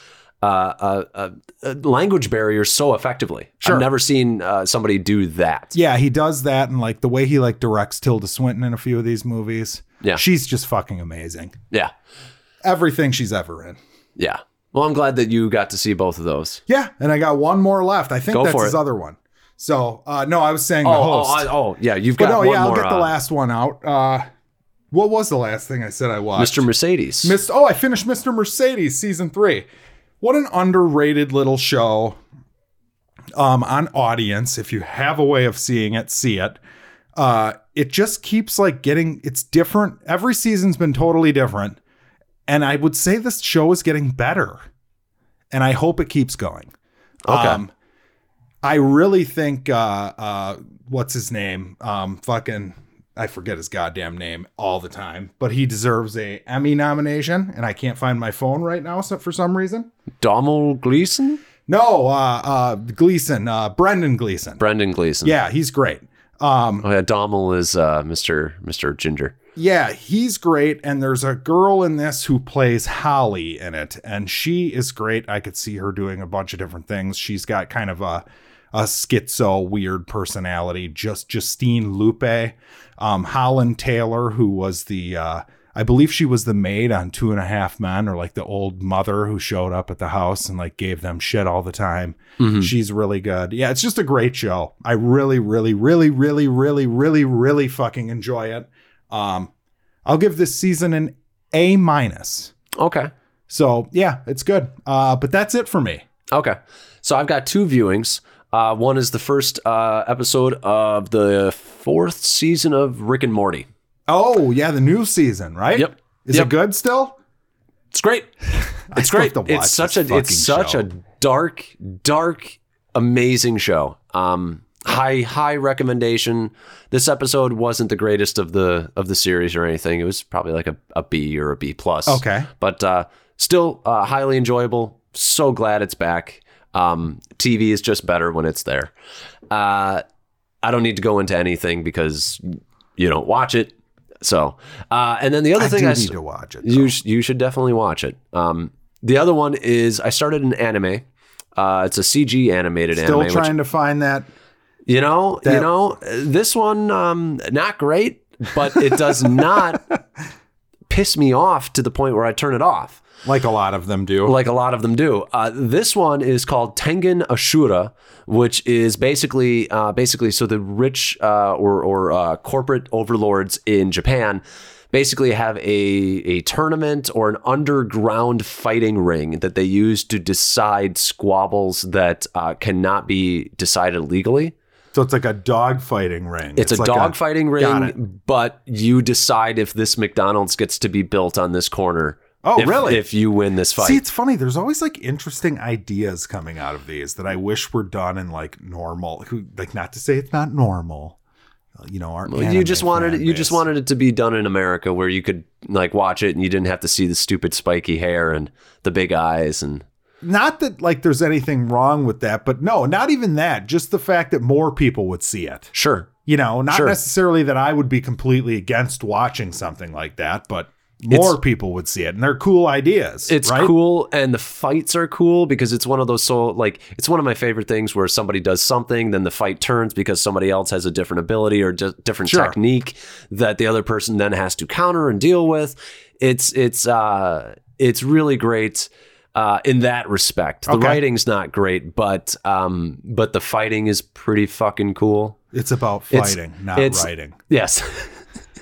S2: uh, uh, uh, uh, language barriers so effectively.
S1: Sure.
S2: I've never seen uh, somebody do that.
S1: yeah, he does that, and like the way he like directs Tilda Swinton in a few of these movies.
S2: Yeah.
S1: she's just fucking amazing.
S2: Yeah,
S1: Everything she's ever in.
S2: yeah. Well, I'm glad that you got to see both of those.
S1: Yeah, and I got one more left. I think
S2: Go
S1: that's
S2: for
S1: his
S2: it.
S1: other one. So uh, no, I was saying
S2: Oh,
S1: the
S2: oh,
S1: host.
S2: I- oh, yeah. You've
S1: but
S2: got
S1: no,
S2: one
S1: yeah, I'll
S2: more.
S1: get the
S2: uh,
S1: last one out. Uh, what was the last thing I said I watched?
S2: Mr. Mercedes.
S1: Mr. Oh, I finished Mr. Mercedes season three. What an underrated little show. Um, on audience, if you have a way of seeing it, see it. Uh, it just keeps like getting. It's different. Every season's been totally different, and I would say this show is getting better, and I hope it keeps going.
S2: Okay.
S1: um, I really think uh, uh, what's his name? Um, fucking, I forget his goddamn name all the time, but he deserves a Emmy nomination, and I can't find my phone right now so for some reason.
S2: Domhnall Gleeson,
S1: No, uh, uh, Gleason, uh, Brendan Gleason.
S2: Brendan Gleeson.
S1: yeah, he's great. Um,
S2: Oh yeah, Domhnall is uh, Mr. Mr. Ginger.
S1: Yeah, he's great. And there's a girl in this who plays Holly in it, and she is great. I could see her doing a bunch of different things. She's got kind of a a schizo weird personality. Just Justine Lupe, um, Holland Taylor, who was the uh, I believe she was the maid on Two and a Half Men, or like the old mother who showed up at the house and like gave them shit all the time. She's really good. Yeah, it's just a great show. I really, really, really, really, really, really, really fucking enjoy it. Um, I'll give this season an A minus.
S2: Okay.
S1: So yeah, it's good. Uh, but that's it for me.
S2: Okay. So I've got two viewings. Uh, one is the first uh, episode of the fourth season of Rick and Morty.
S1: Oh yeah, the new season, right?
S2: Yep.
S1: Is
S2: Yep.
S1: it good still?
S2: It's great.
S1: I
S2: It's
S1: still
S2: great.
S1: have to watch
S2: It's such
S1: this
S2: a it's
S1: fucking
S2: such
S1: show.
S2: a dark, dark, amazing show. Um, high high recommendation. This episode wasn't the greatest of the of the series or anything. It was probably like a, a B or a B plus.
S1: Okay.
S2: but uh, still uh, highly enjoyable. So glad it's back. Um, TV is just better when it's there. Uh, I don't need to go into anything because you don't watch it. So, uh, and then the other
S1: I
S2: thing
S1: do
S2: I s-
S1: need to watch it.
S2: you sh- you should definitely watch it. Um, the other one is I started an anime. Uh, it's a CG animated
S1: still
S2: anime.
S1: trying to find that.
S2: which, you know, you
S1: that-
S2: know, uh, this one um, not great, but it does not piss me off to the point where I turn it off,
S1: Like a lot of them do.
S2: like a lot of them do. Uh, this one is called Tengen Ashura, which is basically uh, basically so the rich uh, or or uh, corporate overlords in Japan basically have a, a tournament or an underground fighting ring that they use to decide squabbles that uh, cannot be decided legally.
S1: so it's like a dog fighting ring.
S2: It's, a
S1: like
S2: dog fighting
S1: Got
S2: ring, but you decide if this McDonald's gets to be built on this corner.
S1: Oh,
S2: if-
S1: really?
S2: If you win this fight.
S1: See, it's funny. There's always like interesting ideas coming out of these that I wish were done in like normal. Who like not to say it's not normal, you know, aren't.
S2: Well, you
S1: anime
S2: just wanted
S1: fan
S2: it, you just
S1: base.
S2: wanted it to be done in America where you could like watch it and you didn't have to see the stupid spiky hair and the big eyes and
S1: not that like there's anything wrong with that, but no, not even that. Just the fact that more people would see it.
S2: sure.
S1: You know, not
S2: Sure.
S1: necessarily that I would be completely against watching something like that, but more people would see it, and they're cool ideas.
S2: It's
S1: right?
S2: cool and the fights are cool because it's one of those so like it's one of my favorite things where somebody does something then the fight turns because somebody else has a different ability or di- different
S1: Sure.
S2: technique that the other person then has to counter and deal with. It's it's uh it's really great uh in that respect. The
S1: Okay.
S2: writing's not great, but um but the fighting is pretty fucking cool.
S1: It's about
S2: It's-
S1: fighting, not
S2: it's-
S1: writing.
S2: Yes.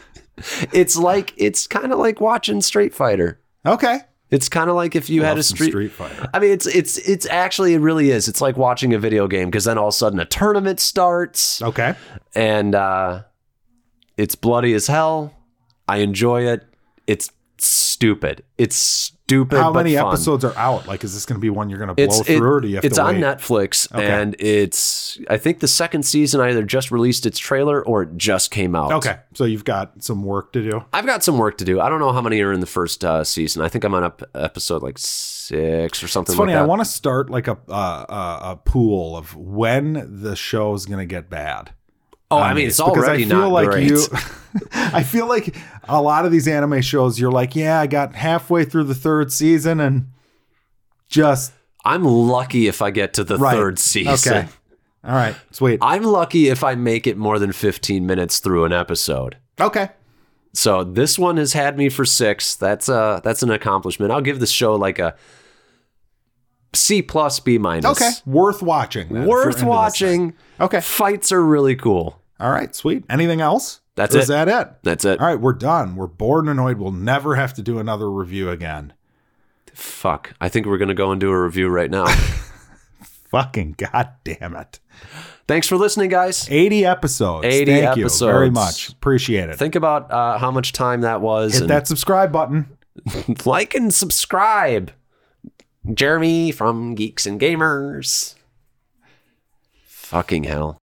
S2: it's like it's kind of like watching Street Fighter.
S1: Okay,
S2: It's kind of like if you had
S1: Love
S2: a
S1: some
S2: street.
S1: Fighter.
S2: I mean, it's it's it's actually it really is. It's like watching a video game because then all of a sudden a tournament starts
S1: Okay,
S2: and uh, it's bloody as hell. I enjoy it. It's stupid. It's stupid.
S1: how
S2: but
S1: many
S2: fun.
S1: episodes are out? Like, is this going to be one you're going to blow
S2: It's
S1: through,
S2: it-
S1: or do you have
S2: it's
S1: to
S2: on
S1: wait?
S2: Netflix
S1: Okay.
S2: and it's I think the second season either just released its trailer or it just came out.
S1: Okay, so you've got some work to do.
S2: I've got some work to do. I don't know how many are in the first uh, season. I think I'm on up episode like six or something.
S1: It's funny.
S2: Like that.
S1: I want to start like a uh, uh, a pool of when the show's going to get bad.
S2: oh,
S1: on
S2: I mean,
S1: these,
S2: it's
S1: because
S2: already
S1: I feel
S2: not
S1: like
S2: great.
S1: you. I feel like a lot of these anime shows, you're like, yeah, I got halfway through the third season and just
S2: I'm lucky if I get to the
S1: Right.
S2: third season.
S1: okay. All right, sweet.
S2: I'm lucky if I make it more than 15 minutes through an episode.
S1: Okay,
S2: So this one has had me for six. That's uh that's an accomplishment. I'll give the show like a C plus B minus.
S1: okay, worth watching. then, if you're into
S2: Worth
S1: this thing.
S2: watching.
S1: Okay,
S2: Fights are really cool.
S1: all right, sweet. Anything else?
S2: That's
S1: Or Is
S2: it.
S1: that it?
S2: That's it.
S1: All right, we're done. We're bored and annoyed. We'll never have to do another review again.
S2: Fuck. I think we're gonna go and do a review right now.
S1: Fucking goddamn it.
S2: Thanks for listening, guys.
S1: 80 episodes.
S2: 80
S1: Thank you very
S2: episodes.
S1: much. Appreciate it.
S2: Think about uh, how much time that was.
S1: Hit
S2: and
S1: that subscribe button.
S2: like and subscribe. Jeremy from Geeks and Gamers. Fucking hell.